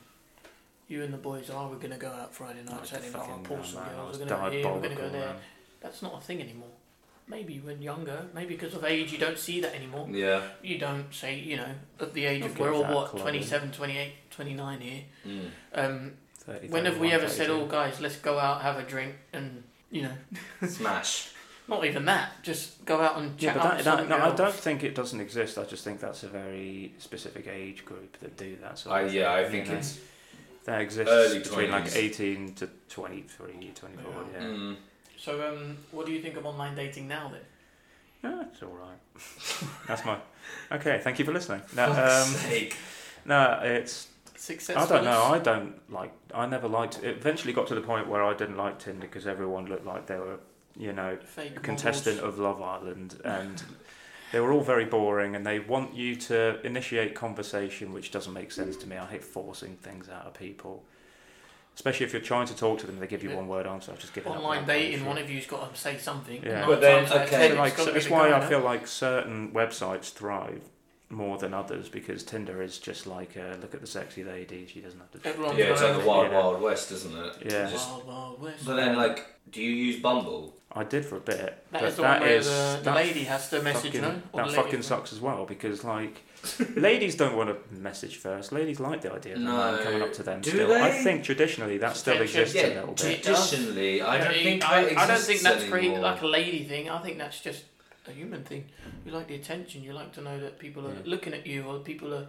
[SPEAKER 2] you and the boys are oh, we're going to go out Friday
[SPEAKER 3] not
[SPEAKER 2] night, Saturday night, oh,
[SPEAKER 3] fucking
[SPEAKER 2] pull
[SPEAKER 3] man,
[SPEAKER 2] some
[SPEAKER 3] man, I
[SPEAKER 2] girls,
[SPEAKER 3] was
[SPEAKER 2] we're going to go here, we're going to
[SPEAKER 3] diabolical,
[SPEAKER 2] go there.
[SPEAKER 3] man.
[SPEAKER 2] That's not a thing anymore. Maybe when younger, maybe because of age, you don't see that anymore.
[SPEAKER 1] Yeah.
[SPEAKER 2] You don't say, you know, at the age
[SPEAKER 3] Don't
[SPEAKER 2] of
[SPEAKER 3] get
[SPEAKER 2] we're all
[SPEAKER 3] that
[SPEAKER 2] what
[SPEAKER 3] clubbing.
[SPEAKER 2] 27, 28, 29 here.
[SPEAKER 1] Mm.
[SPEAKER 2] Um,
[SPEAKER 3] 30,
[SPEAKER 2] when have we
[SPEAKER 3] 31,
[SPEAKER 2] ever said,
[SPEAKER 3] 32.
[SPEAKER 2] "Oh, guys, let's go out, have a drink, and you know,
[SPEAKER 1] Smash.
[SPEAKER 2] Not even that. Just go out and
[SPEAKER 3] Yeah,
[SPEAKER 2] chat
[SPEAKER 3] but
[SPEAKER 2] up
[SPEAKER 3] that, that,
[SPEAKER 2] something
[SPEAKER 3] no, I
[SPEAKER 2] else.
[SPEAKER 3] don't think it doesn't exist. I just think that's a very specific age group that do that. Sort
[SPEAKER 1] I,
[SPEAKER 3] of
[SPEAKER 1] yeah, I
[SPEAKER 3] thing, you
[SPEAKER 1] think
[SPEAKER 3] know.
[SPEAKER 1] it's.
[SPEAKER 3] that exists
[SPEAKER 1] early
[SPEAKER 3] between
[SPEAKER 1] 20s.
[SPEAKER 3] like 18 to 23, 24. Yeah,
[SPEAKER 1] Mm,
[SPEAKER 2] So, um, what do you think of online dating now then?
[SPEAKER 3] Yeah, it's all right. that's my okay. Thank you for listening. No,
[SPEAKER 1] fuck's
[SPEAKER 3] um,
[SPEAKER 1] sake.
[SPEAKER 3] no, it's
[SPEAKER 2] Successful.
[SPEAKER 3] I don't know. I don't like. I never liked. It eventually got to the point where I didn't like Tinder because everyone looked like they were, you know,
[SPEAKER 2] Fake
[SPEAKER 3] a
[SPEAKER 2] models.
[SPEAKER 3] contestant of Love Island, and they were all very boring. And they want you to initiate conversation, which doesn't make sense to me. I hate forcing things out of people, especially if you're trying to talk to them. They give you
[SPEAKER 2] Yeah.
[SPEAKER 3] one word answer. I've just given up
[SPEAKER 2] Online
[SPEAKER 3] on that kind of
[SPEAKER 2] dating,
[SPEAKER 3] shit.
[SPEAKER 2] one of you's got to say something.
[SPEAKER 3] Yeah.
[SPEAKER 2] Nine
[SPEAKER 1] But then,
[SPEAKER 2] times out of
[SPEAKER 1] okay.
[SPEAKER 2] ten,
[SPEAKER 3] So,
[SPEAKER 2] it's
[SPEAKER 3] like,
[SPEAKER 2] gotta
[SPEAKER 3] so
[SPEAKER 2] be
[SPEAKER 3] that's
[SPEAKER 2] the
[SPEAKER 3] why
[SPEAKER 2] guy,
[SPEAKER 3] I
[SPEAKER 2] no?
[SPEAKER 3] feel like certain websites thrive more than others because Tinder is just like uh, look at the sexy lady. She doesn't have to.
[SPEAKER 2] Everyone's
[SPEAKER 1] Yeah, it's like the Wild
[SPEAKER 3] Yeah.
[SPEAKER 1] Wild West, isn't it?
[SPEAKER 3] Yeah.
[SPEAKER 1] Just-
[SPEAKER 2] Wild, wild west.
[SPEAKER 1] but then, like, do you use Bumble?
[SPEAKER 3] I did for a bit.
[SPEAKER 2] That
[SPEAKER 3] but
[SPEAKER 2] is the
[SPEAKER 3] that
[SPEAKER 2] one where
[SPEAKER 3] is-
[SPEAKER 2] the, the
[SPEAKER 3] that
[SPEAKER 2] lady has to message,
[SPEAKER 3] fucking,
[SPEAKER 2] no? Or the
[SPEAKER 3] That
[SPEAKER 2] lady
[SPEAKER 3] fucking
[SPEAKER 2] has to-
[SPEAKER 3] sucks as well because like ladies don't want to message first. Ladies like the idea of a man
[SPEAKER 1] No.
[SPEAKER 3] coming up to them.
[SPEAKER 1] Do
[SPEAKER 3] still, I
[SPEAKER 1] they?
[SPEAKER 3] think traditionally that still
[SPEAKER 2] Attention.
[SPEAKER 3] exists a
[SPEAKER 1] Yeah,
[SPEAKER 3] little bit.
[SPEAKER 1] traditionally, I don't
[SPEAKER 2] Yeah,
[SPEAKER 1] think
[SPEAKER 2] I,
[SPEAKER 1] that
[SPEAKER 2] I don't think
[SPEAKER 1] exists
[SPEAKER 2] that's
[SPEAKER 1] anymore.
[SPEAKER 2] pretty like a lady thing. I think that's just a human thing. You like the attention. You like to know that people are
[SPEAKER 3] Yeah.
[SPEAKER 2] looking at you, or people are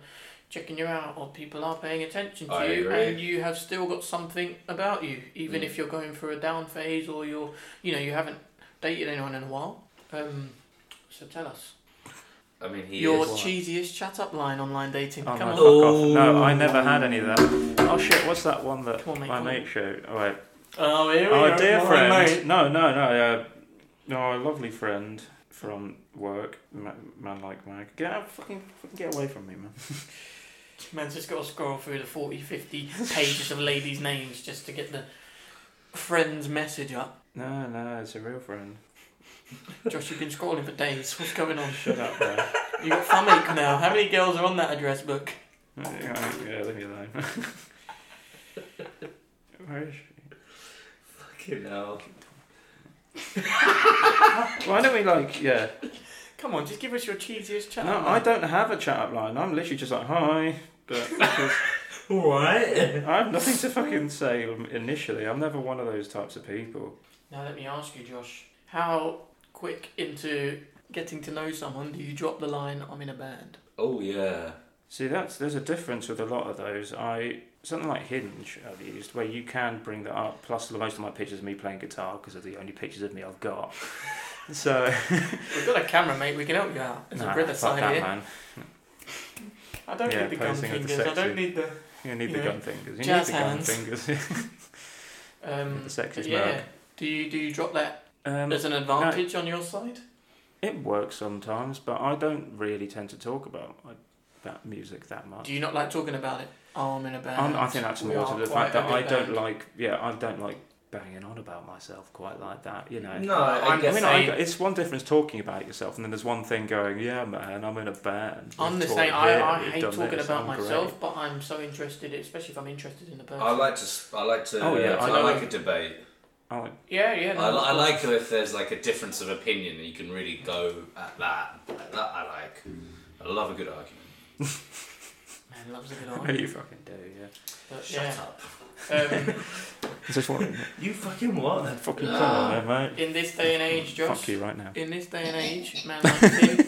[SPEAKER 2] checking you out, or people are paying attention to
[SPEAKER 1] I
[SPEAKER 2] you,
[SPEAKER 1] agree.
[SPEAKER 2] and you have still got something about you, even
[SPEAKER 1] Mm.
[SPEAKER 2] if you're going through a down phase or you're, you know, you haven't dated anyone in a while. Um, so tell us
[SPEAKER 1] I mean, he
[SPEAKER 2] your
[SPEAKER 1] is.
[SPEAKER 3] What?
[SPEAKER 2] cheesiest chat up line on line dating.
[SPEAKER 3] Oh,
[SPEAKER 2] Come
[SPEAKER 3] no,
[SPEAKER 2] on.
[SPEAKER 3] fuck off. No, I never had any of that. Oh shit! What's that one that
[SPEAKER 2] Come on, mate,
[SPEAKER 3] my
[SPEAKER 2] come on.
[SPEAKER 3] mate showed? Oh wait.
[SPEAKER 2] Oh, here we
[SPEAKER 3] Our
[SPEAKER 2] go.
[SPEAKER 3] dear
[SPEAKER 2] My
[SPEAKER 3] friend.
[SPEAKER 2] mate.
[SPEAKER 3] No, no, no. Uh, no, our lovely friend from work, ma- man like Mag. Get out, fucking, fucking get away from me, man.
[SPEAKER 2] Man's just got to scroll through the 40, 50 pages of ladies' names just to get the friend's message up.
[SPEAKER 3] No, no, it's a real friend.
[SPEAKER 2] Josh, you've been scrolling for days. What's going on?
[SPEAKER 3] Shut up, man.
[SPEAKER 2] You got thumb ache now. How many girls are on that address book?
[SPEAKER 3] yeah, yeah, leave me alone. Where is she?
[SPEAKER 1] Fucking hell.
[SPEAKER 3] Why don't we like, yeah?
[SPEAKER 2] Come on, just give us your cheesiest chat.
[SPEAKER 3] No, I don't have a chat up line. I'm literally just like, hi. But 'cause
[SPEAKER 1] Alright.
[SPEAKER 3] I have nothing to fucking say um, initially. I'm never one of those types of people.
[SPEAKER 2] Now let me ask you, Josh. How quick into getting to know someone do you drop the line, I'm in a band?
[SPEAKER 1] Oh, yeah.
[SPEAKER 3] See, that's there's a difference with a lot of those. I something like Hinge I've used where you can bring that up. Plus, most of my pictures of me playing guitar because are the only pictures of me I've got. So
[SPEAKER 2] We've got a camera, mate. We can help you out. There's
[SPEAKER 3] nah,
[SPEAKER 2] a brother
[SPEAKER 3] fuck
[SPEAKER 2] side
[SPEAKER 3] that
[SPEAKER 2] here.
[SPEAKER 3] man.
[SPEAKER 2] I don't
[SPEAKER 3] Yeah,
[SPEAKER 2] need the gun
[SPEAKER 3] posing with the
[SPEAKER 2] fingers. I
[SPEAKER 3] sexy.
[SPEAKER 2] don't need the...
[SPEAKER 3] You need the
[SPEAKER 2] Yeah.
[SPEAKER 3] gun fingers. You
[SPEAKER 2] Jazz
[SPEAKER 3] need the gun
[SPEAKER 2] hands.
[SPEAKER 3] fingers.
[SPEAKER 2] Um,
[SPEAKER 3] The sexiest
[SPEAKER 2] yeah.
[SPEAKER 3] merc.
[SPEAKER 2] Do you, do you drop that
[SPEAKER 3] um,
[SPEAKER 2] as an advantage on your side?
[SPEAKER 3] it works sometimes, but I don't really tend to talk about like, that music that much.
[SPEAKER 2] Do you not like talking about it? Oh, I'm in a band.
[SPEAKER 3] Um, I think that's
[SPEAKER 2] We
[SPEAKER 3] more to
[SPEAKER 2] are
[SPEAKER 3] the
[SPEAKER 2] quite
[SPEAKER 3] fact
[SPEAKER 2] a
[SPEAKER 3] that I
[SPEAKER 2] big
[SPEAKER 3] don't
[SPEAKER 2] band.
[SPEAKER 3] like. Yeah, I don't like banging on about myself quite like that. You know.
[SPEAKER 1] No, I,
[SPEAKER 2] I'm-
[SPEAKER 3] I
[SPEAKER 1] guess
[SPEAKER 3] mean,
[SPEAKER 1] I,
[SPEAKER 3] I,
[SPEAKER 2] same.
[SPEAKER 3] it's one difference talking about yourself, and then there's one thing going, yeah, man, I'm in a band.
[SPEAKER 2] I'm the
[SPEAKER 3] We've
[SPEAKER 2] same.
[SPEAKER 3] toured
[SPEAKER 2] I,
[SPEAKER 3] here,
[SPEAKER 2] I
[SPEAKER 3] we've
[SPEAKER 2] hate
[SPEAKER 3] done
[SPEAKER 2] talking
[SPEAKER 3] this,
[SPEAKER 2] about
[SPEAKER 3] I'm great."
[SPEAKER 2] myself, but I'm so interested, especially if I'm interested in the person.
[SPEAKER 1] I like to. s- I like to.
[SPEAKER 3] Oh, yeah,
[SPEAKER 1] I,
[SPEAKER 3] I
[SPEAKER 2] know.
[SPEAKER 1] like a debate.
[SPEAKER 3] I like-
[SPEAKER 2] yeah, yeah. No,
[SPEAKER 1] I, li- I
[SPEAKER 2] of
[SPEAKER 1] like
[SPEAKER 2] course.
[SPEAKER 1] if there's like a difference of opinion and you can really go at that. Like that I like. I love a good argument.
[SPEAKER 2] Man loves a good
[SPEAKER 3] Yeah,
[SPEAKER 2] argument.
[SPEAKER 3] you fucking do, yeah.
[SPEAKER 2] but
[SPEAKER 1] Shut
[SPEAKER 2] yeah.
[SPEAKER 1] up.
[SPEAKER 2] Um,
[SPEAKER 3] It's just one.
[SPEAKER 1] You fucking what?
[SPEAKER 3] fucking come on, then, mate.
[SPEAKER 2] in this day and age, Josh.
[SPEAKER 3] Fuck you right now.
[SPEAKER 2] In this day and age, man like Tim.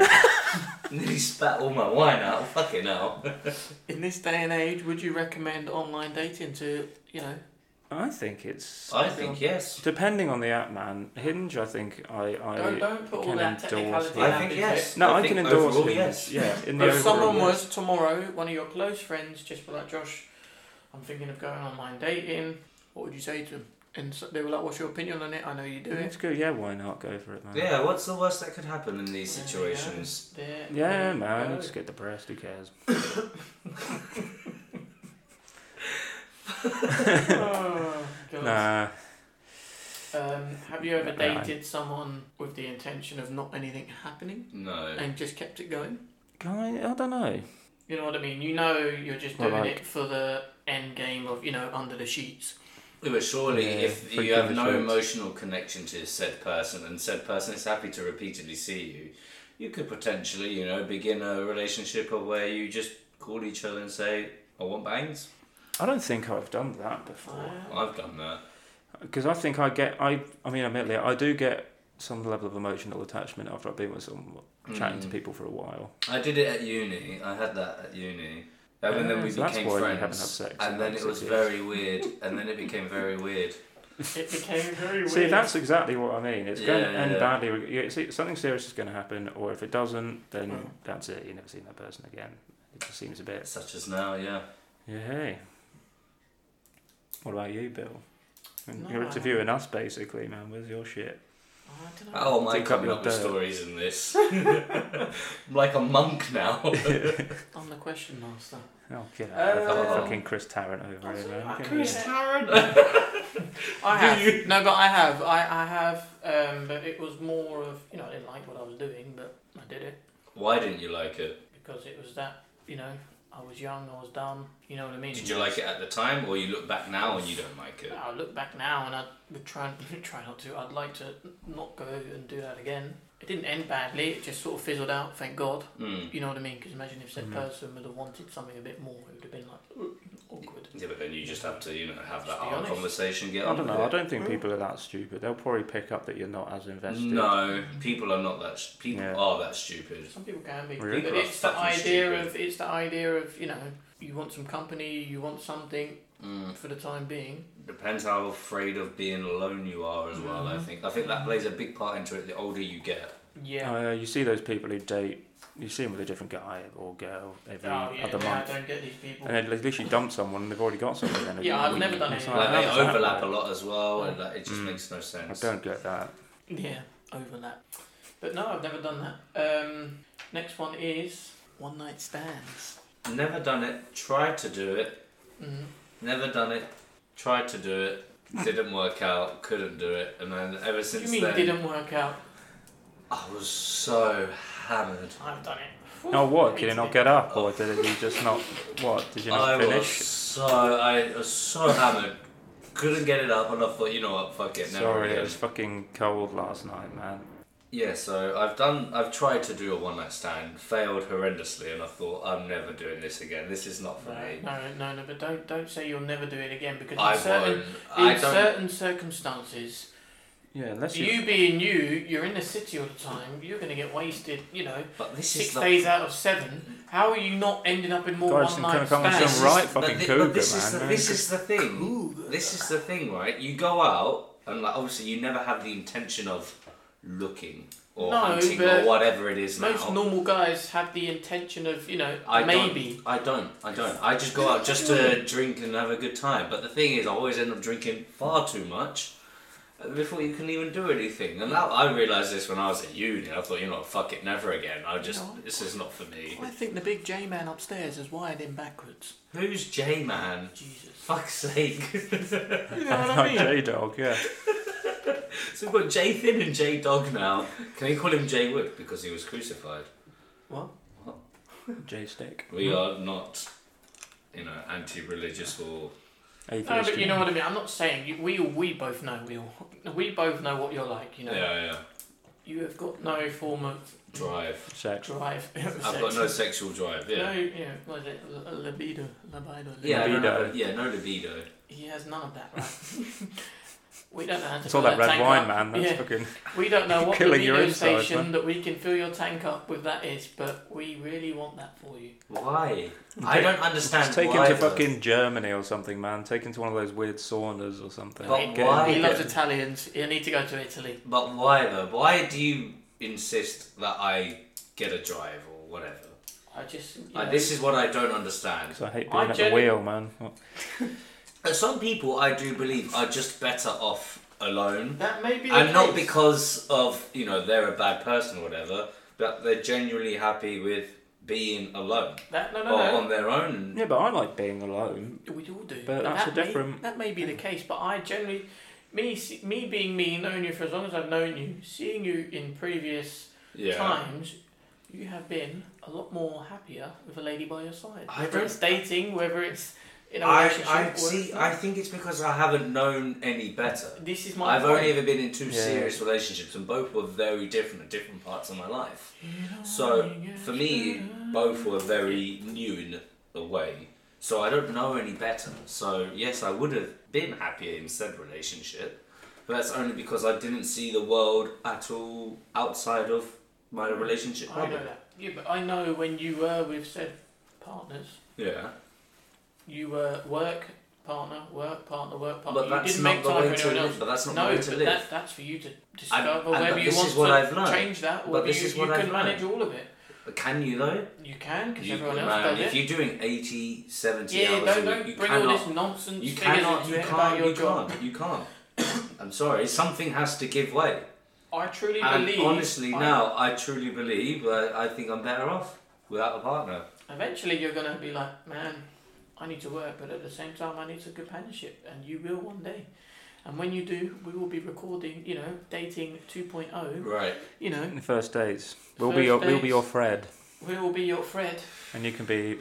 [SPEAKER 1] Nearly spat all my wine out. Fucking hell.
[SPEAKER 2] In this day and age, would you recommend online dating to you know?
[SPEAKER 3] I think it's
[SPEAKER 1] I think yes.
[SPEAKER 3] depending on the app, man. Hinge, I think I, I
[SPEAKER 2] don't don't put all
[SPEAKER 3] can
[SPEAKER 2] that
[SPEAKER 3] endorse
[SPEAKER 2] technicality.
[SPEAKER 3] that.
[SPEAKER 1] I
[SPEAKER 2] down,
[SPEAKER 1] think
[SPEAKER 2] is
[SPEAKER 1] yes.
[SPEAKER 3] no, I,
[SPEAKER 1] think
[SPEAKER 3] can endorse
[SPEAKER 1] overall,
[SPEAKER 3] Hinge.
[SPEAKER 1] yes.
[SPEAKER 3] Yeah,
[SPEAKER 2] it?
[SPEAKER 3] in the
[SPEAKER 2] If
[SPEAKER 3] overall,
[SPEAKER 2] someone
[SPEAKER 3] yeah.
[SPEAKER 2] was tomorrow, one of your close friends, just be like Josh, I'm thinking of going online dating. What would you say to them? And so they were like, "What's your opinion on it? I know you do it."
[SPEAKER 3] it's good. Yeah, why not go for it, man?
[SPEAKER 1] Yeah, what's the worst that could happen in these
[SPEAKER 2] There you
[SPEAKER 1] situations?
[SPEAKER 2] There
[SPEAKER 3] Yeah,
[SPEAKER 2] we
[SPEAKER 3] man.
[SPEAKER 2] go.
[SPEAKER 3] Just get depressed. Who cares?
[SPEAKER 2] Oh, God.
[SPEAKER 3] Nah.
[SPEAKER 2] Um, have you ever
[SPEAKER 3] Nah.
[SPEAKER 2] dated someone with the intention of not anything happening
[SPEAKER 1] No.
[SPEAKER 2] and just kept it going?
[SPEAKER 3] Kind- I don't know.
[SPEAKER 2] You know what I mean? You know you're just
[SPEAKER 3] Well,
[SPEAKER 2] doing
[SPEAKER 3] like-
[SPEAKER 2] it for the end game of, you know, under the sheets.
[SPEAKER 1] Yeah, But surely,
[SPEAKER 3] Yeah,
[SPEAKER 1] if
[SPEAKER 3] freaking
[SPEAKER 1] you have no
[SPEAKER 3] insurance.
[SPEAKER 1] emotional connection to said person, and said person is happy to repeatedly see you, you could potentially, you know, begin a relationship of where you just call each other and say, "I want bangs."
[SPEAKER 3] I don't think I've done that before.
[SPEAKER 2] Wow.
[SPEAKER 1] I've done that.
[SPEAKER 3] Because I think I get I I mean admittedly I do get some level of emotional attachment after I've been with someone, chatting to
[SPEAKER 1] Mm.
[SPEAKER 3] people for a while.
[SPEAKER 1] I did it at uni. I had that at uni. And then, then we
[SPEAKER 3] Yeah, so that's
[SPEAKER 1] became
[SPEAKER 3] why you
[SPEAKER 1] friends.
[SPEAKER 3] haven't had sex in
[SPEAKER 1] and then
[SPEAKER 3] like
[SPEAKER 1] it was
[SPEAKER 3] six years.
[SPEAKER 1] very weird. And then it became very weird.
[SPEAKER 2] It became very weird.
[SPEAKER 3] See, that's exactly what I mean. It's going to
[SPEAKER 1] Yeah,
[SPEAKER 3] end
[SPEAKER 1] yeah.
[SPEAKER 3] badly. You- you See, something serious is going to happen, or if it doesn't, then
[SPEAKER 2] Mm.
[SPEAKER 3] that's it. You never seen that person again. It just seems a bit.
[SPEAKER 1] Such as now, yeah.
[SPEAKER 3] Yeah. Hey. What about you, Bill? And
[SPEAKER 2] No,
[SPEAKER 3] You're
[SPEAKER 2] I-
[SPEAKER 3] interviewing us basically, man. Where's your shit?
[SPEAKER 2] I don't know.
[SPEAKER 1] Oh my
[SPEAKER 3] Take up
[SPEAKER 1] god,
[SPEAKER 3] your
[SPEAKER 1] up with
[SPEAKER 3] dirt.
[SPEAKER 1] stories in this. I'm like a monk now.
[SPEAKER 2] I'm the question master.
[SPEAKER 3] Oh, get out of here.
[SPEAKER 1] Uh,
[SPEAKER 3] fucking Chris Tarrant over here, man. Get
[SPEAKER 2] Chris
[SPEAKER 3] me-
[SPEAKER 1] Tarrant.
[SPEAKER 2] I
[SPEAKER 1] Do
[SPEAKER 2] have.
[SPEAKER 1] you-
[SPEAKER 2] No, but I have. I, I have. Um, but it was more of, you know, I didn't like what I was doing, but I did it
[SPEAKER 1] Why didn't you like it?
[SPEAKER 2] because it was that, you know, I was young, I was dumb. You know what I mean?
[SPEAKER 1] Did you like it at the time, or you look back now and you don't like it?
[SPEAKER 2] I look back now and I would try and try not to. I'd like to not go and do that again. It didn't end badly. It just sort of fizzled out. Thank God.
[SPEAKER 1] Mm.
[SPEAKER 2] You know what I mean? Because imagine if said
[SPEAKER 1] Mm-hmm.
[SPEAKER 3] Mhm.
[SPEAKER 2] person would have wanted something a bit more, it would have been like awkward.
[SPEAKER 1] Yeah, but then you just have to, you know, have that
[SPEAKER 2] Just be
[SPEAKER 1] hard
[SPEAKER 2] honest.
[SPEAKER 1] conversation. Get
[SPEAKER 3] I
[SPEAKER 1] on
[SPEAKER 3] don't
[SPEAKER 1] with
[SPEAKER 3] know. I
[SPEAKER 1] it.
[SPEAKER 3] don't think
[SPEAKER 2] Well-
[SPEAKER 3] people are that stupid. They'll probably pick up that you're not as invested.
[SPEAKER 1] No, people are not that. St- people
[SPEAKER 3] Yeah.
[SPEAKER 1] are that stupid.
[SPEAKER 2] Some people can be,
[SPEAKER 3] Really?
[SPEAKER 2] but
[SPEAKER 1] People are
[SPEAKER 2] it's the
[SPEAKER 1] fucking
[SPEAKER 2] idea
[SPEAKER 1] stupid.
[SPEAKER 2] of it's the idea of you know you want some company, you want something
[SPEAKER 1] Mm.
[SPEAKER 2] for the time being.
[SPEAKER 1] Depends how afraid of being alone you are as well.
[SPEAKER 2] Mm-hmm.
[SPEAKER 1] I think. I think that plays a big part into it. The older you get.
[SPEAKER 2] Yeah.
[SPEAKER 3] Uh, you see those people who date. You see them with a different guy or girl every
[SPEAKER 2] oh yeah,
[SPEAKER 3] other
[SPEAKER 2] yeah,
[SPEAKER 3] month,
[SPEAKER 2] I don't get these people.
[SPEAKER 3] and they literally dump someone and they've already got someone. within a
[SPEAKER 2] Yeah, I've
[SPEAKER 3] week.
[SPEAKER 2] never done
[SPEAKER 3] It's
[SPEAKER 2] it.
[SPEAKER 1] Like
[SPEAKER 3] how
[SPEAKER 1] they
[SPEAKER 3] does that
[SPEAKER 1] overlap a
[SPEAKER 3] work?
[SPEAKER 1] lot as well, and like, it just
[SPEAKER 3] Mm.
[SPEAKER 1] makes no
[SPEAKER 3] I
[SPEAKER 1] sense.
[SPEAKER 3] don't get that.
[SPEAKER 2] Yeah, overlap. But no, I've never done that. Um, next one is one night stands.
[SPEAKER 1] Never done it. Tried to do it.
[SPEAKER 2] Mm.
[SPEAKER 1] Never done it. Tried to do it. Didn't work out. Couldn't do it. And then ever
[SPEAKER 2] What do
[SPEAKER 1] since
[SPEAKER 2] you mean
[SPEAKER 1] then,
[SPEAKER 2] didn't work out?
[SPEAKER 1] I was so hammered.
[SPEAKER 2] I've done it.
[SPEAKER 3] Oh, what? Did
[SPEAKER 2] Hated
[SPEAKER 3] you not
[SPEAKER 2] it.
[SPEAKER 3] get up, or did you just not? What? Did you not
[SPEAKER 1] I was
[SPEAKER 3] finish?
[SPEAKER 1] so I was so hammered. Couldn't get it up, and I thought, you know what, fuck it, never
[SPEAKER 3] Sorry,
[SPEAKER 1] again.
[SPEAKER 3] it was fucking cold last night, man.
[SPEAKER 1] Yeah, so I've done. I've tried to do a one night stand, failed horrendously, and I thought I'm never doing this again. This is not for me.
[SPEAKER 2] No, no, no, but don't don't say you'll never do it again because
[SPEAKER 1] I
[SPEAKER 2] in certain
[SPEAKER 1] won't.
[SPEAKER 2] in
[SPEAKER 1] I don't.
[SPEAKER 2] certain circumstances,
[SPEAKER 3] Yeah, unless you.
[SPEAKER 2] you being you, you're in the city all the time. You're gonna get wasted. You know,
[SPEAKER 1] but this
[SPEAKER 2] six
[SPEAKER 1] is not.
[SPEAKER 2] days out of seven. How are you not ending up in more
[SPEAKER 3] Guys,
[SPEAKER 2] one
[SPEAKER 3] can
[SPEAKER 2] night
[SPEAKER 3] I come and
[SPEAKER 1] This
[SPEAKER 3] Some
[SPEAKER 1] is-
[SPEAKER 2] stands?
[SPEAKER 3] right
[SPEAKER 1] but
[SPEAKER 3] fucking
[SPEAKER 1] thi-
[SPEAKER 3] cougar,
[SPEAKER 1] but this Is
[SPEAKER 3] man.
[SPEAKER 1] the, this is the thing. This is the thing, right? You go out, and like obviously, you never have the intention of looking or
[SPEAKER 2] No,
[SPEAKER 1] hunting
[SPEAKER 2] but
[SPEAKER 1] or whatever it is now.
[SPEAKER 2] Most normal guys have the intention of you know
[SPEAKER 1] I
[SPEAKER 2] maybe.
[SPEAKER 1] Don't, I don't. I don't. I just go out just to drink and have a good time. But the thing is, I always end up drinking far too much uh, before you can even do anything. And that, I realised this when I was at uni. I thought, you know, what, fuck it, never again. I just,
[SPEAKER 2] No.
[SPEAKER 1] this is not for me.
[SPEAKER 2] I think the big J man upstairs is wired in backwards.
[SPEAKER 1] Who's J Man?
[SPEAKER 2] Jesus.
[SPEAKER 1] Fuck's sake.
[SPEAKER 2] You know what I
[SPEAKER 3] like
[SPEAKER 2] mean?
[SPEAKER 3] J Dog, yeah.
[SPEAKER 1] so we've got J Thin and J Dog now. Can we call him J Wood because he was crucified?
[SPEAKER 2] What?
[SPEAKER 3] J Stick.
[SPEAKER 2] Hmm.
[SPEAKER 1] We are not, you know, anti religious or.
[SPEAKER 3] Atheist.
[SPEAKER 2] No, but you know what I mean. I'm not saying you, we. all- We both know. We all. We both know what you're like. You know.
[SPEAKER 1] Yeah, yeah.
[SPEAKER 2] You have got no form of
[SPEAKER 1] Drive.
[SPEAKER 3] Sex.
[SPEAKER 2] drive.
[SPEAKER 1] I've got no sexual drive, yeah.
[SPEAKER 2] No, yeah, what is it? L- libido, libido.
[SPEAKER 1] Yeah,
[SPEAKER 2] libido.
[SPEAKER 1] no, no,
[SPEAKER 3] Libido.
[SPEAKER 1] yeah, no libido.
[SPEAKER 2] He has none of that, right? we don't know how to
[SPEAKER 3] It's all
[SPEAKER 2] fill
[SPEAKER 3] that red
[SPEAKER 2] tank
[SPEAKER 3] wine,
[SPEAKER 2] up.
[SPEAKER 3] man. That's
[SPEAKER 2] yeah.
[SPEAKER 3] fucking.
[SPEAKER 2] We don't know what
[SPEAKER 3] killing your
[SPEAKER 2] libido
[SPEAKER 3] insides,
[SPEAKER 2] station
[SPEAKER 3] man.
[SPEAKER 2] that we can fill your tank up with that is, but we really want that for you.
[SPEAKER 1] Why? I don't understand
[SPEAKER 3] Just take him
[SPEAKER 1] why.
[SPEAKER 3] to
[SPEAKER 1] though.
[SPEAKER 3] fucking Germany or something, man. Take him to one of those weird saunas or something.
[SPEAKER 1] But
[SPEAKER 3] Get him-
[SPEAKER 1] why?
[SPEAKER 2] He
[SPEAKER 1] Yeah.
[SPEAKER 2] loves Italians. You need to go to Italy.
[SPEAKER 1] But why though? Why do you insist that I get a drive or whatever?
[SPEAKER 2] I just. you
[SPEAKER 1] Like,
[SPEAKER 2] know,
[SPEAKER 1] this is what I don't understand.
[SPEAKER 3] So I hate
[SPEAKER 2] I
[SPEAKER 3] being at the
[SPEAKER 2] genu-
[SPEAKER 3] wheel, man. What-
[SPEAKER 1] Uh, Some people I do believe are just better off alone,
[SPEAKER 2] That may be. the
[SPEAKER 1] and not
[SPEAKER 2] case.
[SPEAKER 1] because of you know they're a bad person or whatever, but they're genuinely happy with being alone
[SPEAKER 2] That, no,
[SPEAKER 1] or
[SPEAKER 2] no, no.
[SPEAKER 1] on their own.
[SPEAKER 3] Yeah, but I like being alone.
[SPEAKER 2] We all do.
[SPEAKER 3] But that's
[SPEAKER 2] that
[SPEAKER 3] a
[SPEAKER 2] may-
[SPEAKER 3] different-
[SPEAKER 2] that may be the case, but I generally, me se- me being me, knowing you for as long as I've known you, seeing you in previous
[SPEAKER 1] Yeah.
[SPEAKER 2] times, you have been a lot more happier with a lady by your side.
[SPEAKER 1] I
[SPEAKER 2] whether
[SPEAKER 1] don't-
[SPEAKER 2] it's dating, whether it's in a relationship.
[SPEAKER 1] I, I
[SPEAKER 2] or-
[SPEAKER 1] see. I think it's because I haven't known any better.
[SPEAKER 2] This is my.
[SPEAKER 1] I've
[SPEAKER 2] point.
[SPEAKER 1] only ever been in two
[SPEAKER 3] Yeah.
[SPEAKER 1] serious relationships, and both were very different at different parts of my life.
[SPEAKER 2] You
[SPEAKER 1] So
[SPEAKER 2] know
[SPEAKER 1] for me,
[SPEAKER 2] it's-
[SPEAKER 1] both were very new in a way. So I don't know any better. So yes, I would have been happier in said relationship, But that's only because I didn't see the world at all outside of my relationship
[SPEAKER 2] Mm. I know
[SPEAKER 1] bubble.
[SPEAKER 2] that. Yeah, but I know when you were with said partners,
[SPEAKER 1] Yeah.
[SPEAKER 2] you were work partner, work partner, work partner.
[SPEAKER 1] But
[SPEAKER 2] you
[SPEAKER 1] that's
[SPEAKER 2] didn't
[SPEAKER 1] not
[SPEAKER 2] make
[SPEAKER 1] the
[SPEAKER 2] time
[SPEAKER 1] way
[SPEAKER 2] for
[SPEAKER 1] to
[SPEAKER 2] anyone else.
[SPEAKER 1] live. But that's not
[SPEAKER 2] no,
[SPEAKER 1] the way
[SPEAKER 2] but
[SPEAKER 1] to live.
[SPEAKER 2] That, that's for you to discover
[SPEAKER 1] and-
[SPEAKER 2] whether
[SPEAKER 1] but
[SPEAKER 2] you
[SPEAKER 1] this
[SPEAKER 2] want
[SPEAKER 1] is what
[SPEAKER 2] to
[SPEAKER 1] I've learned.
[SPEAKER 2] change that, or
[SPEAKER 1] But
[SPEAKER 2] whether
[SPEAKER 1] this
[SPEAKER 2] you,
[SPEAKER 1] is what
[SPEAKER 2] you
[SPEAKER 1] I've
[SPEAKER 2] can manage
[SPEAKER 1] learned.
[SPEAKER 2] all of it.
[SPEAKER 1] But can you though?
[SPEAKER 2] You can because
[SPEAKER 1] You,
[SPEAKER 2] everyone else
[SPEAKER 1] man,
[SPEAKER 2] does
[SPEAKER 1] if
[SPEAKER 2] it.
[SPEAKER 1] you're doing 80, 70
[SPEAKER 2] Yeah,
[SPEAKER 1] hours a
[SPEAKER 2] don't,
[SPEAKER 1] week, you
[SPEAKER 2] don't bring
[SPEAKER 1] cannot
[SPEAKER 2] all this nonsense
[SPEAKER 1] You
[SPEAKER 2] figures
[SPEAKER 1] cannot.
[SPEAKER 2] into
[SPEAKER 1] You
[SPEAKER 2] it about
[SPEAKER 1] can't.
[SPEAKER 2] your
[SPEAKER 1] You
[SPEAKER 2] job.
[SPEAKER 1] can't. You can't. I'm sorry. Something has to give way.
[SPEAKER 2] I truly
[SPEAKER 1] And
[SPEAKER 2] believe.
[SPEAKER 1] honestly,
[SPEAKER 2] I-
[SPEAKER 1] now I truly believe that I think I'm better off without a partner.
[SPEAKER 2] Eventually, you're gonna be like, man, I need to work, but at the same time, I need some companionship, and you will one day. And when you do, we will be recording, you know, dating 2.0.
[SPEAKER 1] Right.
[SPEAKER 2] You know,
[SPEAKER 3] In the first days, we'll be
[SPEAKER 2] First
[SPEAKER 3] your, we'll be
[SPEAKER 2] dates.
[SPEAKER 3] your Fred,
[SPEAKER 2] we will be your Fred.
[SPEAKER 3] and you can be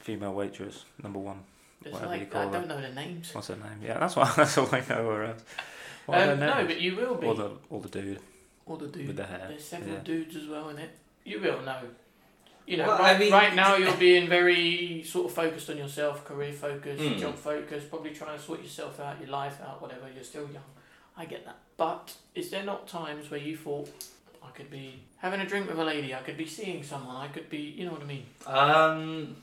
[SPEAKER 3] female waitress number one.
[SPEAKER 2] It's
[SPEAKER 3] Whatever you
[SPEAKER 2] like
[SPEAKER 3] call
[SPEAKER 2] I
[SPEAKER 3] her.
[SPEAKER 2] don't know the names.
[SPEAKER 3] What's her name? Yeah, that's why that's all I know her as. What are
[SPEAKER 2] um,
[SPEAKER 3] their
[SPEAKER 2] no,
[SPEAKER 3] names?
[SPEAKER 2] but you will be.
[SPEAKER 3] or the or the dude
[SPEAKER 2] Or the dude.
[SPEAKER 3] with the hair.
[SPEAKER 2] There's several
[SPEAKER 3] yeah.
[SPEAKER 2] dudes as well in it. You will know. You know,
[SPEAKER 1] Well, I
[SPEAKER 2] right,
[SPEAKER 1] mean-
[SPEAKER 2] right now you're being very sort of focused on yourself, career focused,
[SPEAKER 3] Hmm.
[SPEAKER 1] Mm.
[SPEAKER 2] job focused, probably trying to sort yourself out, your life out, whatever. You're still young. I get that. But is there not times where you thought, I could be having a drink with a lady, I could be seeing someone, I could be, you know what I mean?
[SPEAKER 1] Um,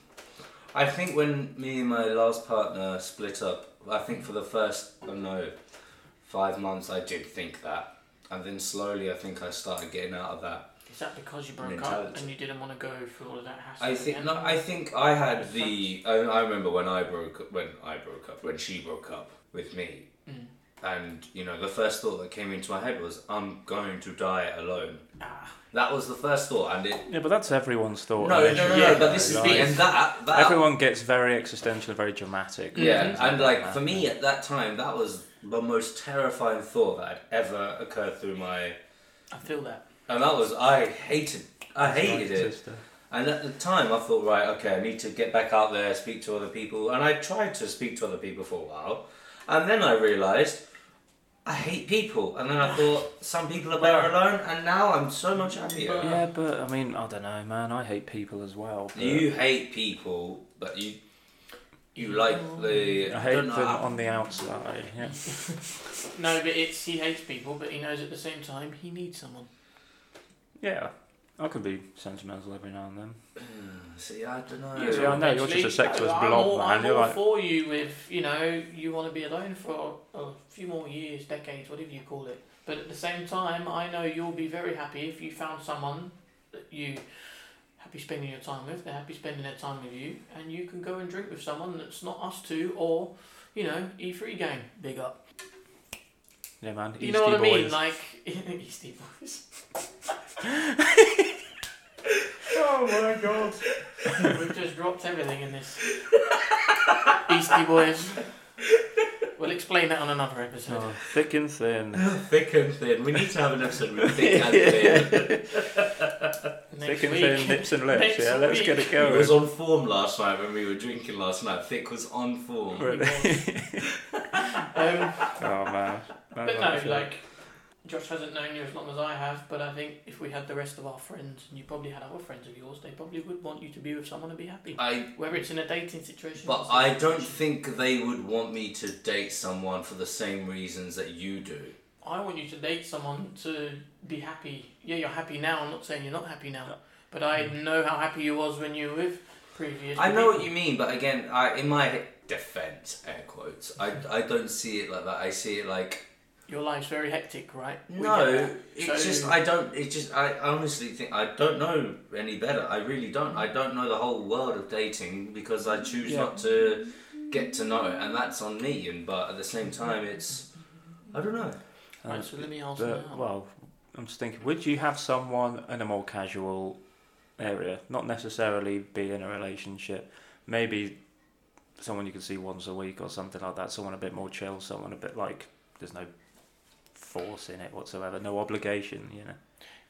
[SPEAKER 1] I think when me and my last partner split up, I think for the first I don't know five months I did think that, and then slowly I think I started getting out of that.
[SPEAKER 2] Is that because you broke up
[SPEAKER 1] Mentality.
[SPEAKER 2] and you didn't want to go through all of that hassle?
[SPEAKER 1] I think
[SPEAKER 2] again?
[SPEAKER 1] no, I think I had the. I, I remember when I broke up, when I broke up, when she broke up with me,
[SPEAKER 2] Mm.
[SPEAKER 1] and you know the first thought that came into my head was, "I'm going to die alone."
[SPEAKER 2] Ah.
[SPEAKER 1] That was the first thought, and it.
[SPEAKER 3] Yeah, but that's everyone's
[SPEAKER 1] No,
[SPEAKER 3] thought.
[SPEAKER 1] no, no,
[SPEAKER 3] initially,
[SPEAKER 1] no,
[SPEAKER 3] though,
[SPEAKER 1] But this is
[SPEAKER 3] like,
[SPEAKER 1] the and that that.
[SPEAKER 3] Everyone Mm-hmm. gets very existential, very dramatic.
[SPEAKER 1] yeah,
[SPEAKER 3] things
[SPEAKER 1] and like
[SPEAKER 3] that.
[SPEAKER 1] for me at that time, that was the most terrifying thought that had ever occurred through my.
[SPEAKER 2] I feel that.
[SPEAKER 1] And that was I hated. I
[SPEAKER 3] Like
[SPEAKER 1] hated it.
[SPEAKER 3] sister.
[SPEAKER 1] And at the time, I thought, right, okay, I need to get back out there, speak to other people. And I tried to speak to other people for a while. And then I realised I hate people. And then I thought, some people are better alone. And now I'm so much happier.
[SPEAKER 3] Yeah, but I mean, I don't know, man. I hate people as well. but
[SPEAKER 1] You hate people, but you you like the.
[SPEAKER 3] I hate
[SPEAKER 1] don't
[SPEAKER 3] them
[SPEAKER 1] know,
[SPEAKER 3] on the outside. Yeah.
[SPEAKER 2] No, but it's he hates people, but he knows at the same time he needs someone.
[SPEAKER 3] yeah. I can be sentimental every now and then.
[SPEAKER 1] See, I don't know.
[SPEAKER 3] Yeah, I know, you're just a
[SPEAKER 2] Eventually,
[SPEAKER 3] sexless
[SPEAKER 2] I'm
[SPEAKER 3] blob,
[SPEAKER 2] all,
[SPEAKER 3] man,
[SPEAKER 2] I'm
[SPEAKER 3] you're
[SPEAKER 2] all
[SPEAKER 3] like-
[SPEAKER 2] for you if you know you want to be alone for a, a few more years, decades, whatever you call it. But at the same time, I know you'll be very happy if you found someone that you happy spending your time with. They're happy spending their time with you, and you can go and drink with someone that's not us two or you know E three gang big up.
[SPEAKER 3] Yeah, man.
[SPEAKER 2] You know what I
[SPEAKER 3] Eastie
[SPEAKER 2] mean?
[SPEAKER 3] boys.
[SPEAKER 2] Like Eastie Boys. oh my god. We've just dropped everything in this. Eastie Boys. We'll explain that on another episode.
[SPEAKER 3] Oh, thick and thin.
[SPEAKER 1] Thick and thin. We need to have an episode with thick and thin.
[SPEAKER 2] Next
[SPEAKER 3] thick and
[SPEAKER 2] week.
[SPEAKER 3] thin, lips and lips.
[SPEAKER 2] Next
[SPEAKER 3] yeah, let's get it
[SPEAKER 2] week.
[SPEAKER 1] It
[SPEAKER 3] going.
[SPEAKER 1] was on form last night when we were drinking last night. Thick was on form.
[SPEAKER 2] Um,
[SPEAKER 3] oh, man. That
[SPEAKER 2] but
[SPEAKER 3] might be
[SPEAKER 2] no, like Josh hasn't known you as long as I have, but I think if we had the rest of our friends and you probably had other friends of yours, they probably would want you to be with someone and be happy.
[SPEAKER 1] I
[SPEAKER 2] Whether it's in a dating situation. or
[SPEAKER 1] But I don't
[SPEAKER 2] situation.
[SPEAKER 1] think they would want me to date someone for the same reasons that you do.
[SPEAKER 2] I want you to date someone to be happy. Yeah, you're happy now. I'm not saying you're not happy now, but I know how happy you was when you were with previous.
[SPEAKER 1] I know what
[SPEAKER 2] people.
[SPEAKER 1] you mean, but again, I in my defense, air quotes, I, I don't see it like that. I see it like
[SPEAKER 2] your life's very hectic, right? We
[SPEAKER 1] no,
[SPEAKER 2] get that.
[SPEAKER 1] it's
[SPEAKER 2] So-
[SPEAKER 1] just I don't. It's just I honestly think I don't know any better. I really don't. I don't know the whole world of dating because I choose
[SPEAKER 3] Yeah.
[SPEAKER 1] not to get to know it, and that's on me. And but at the same time, it's I don't know.
[SPEAKER 2] Right, so let me ask you
[SPEAKER 3] Um, But,
[SPEAKER 2] now.
[SPEAKER 3] well, I'm just thinking, would you have someone in a more casual area? Not necessarily be in a relationship. Maybe someone you can see once a week or something like that. Someone a bit more chill. Someone a bit like there's no force in it whatsoever. No obligation, you know.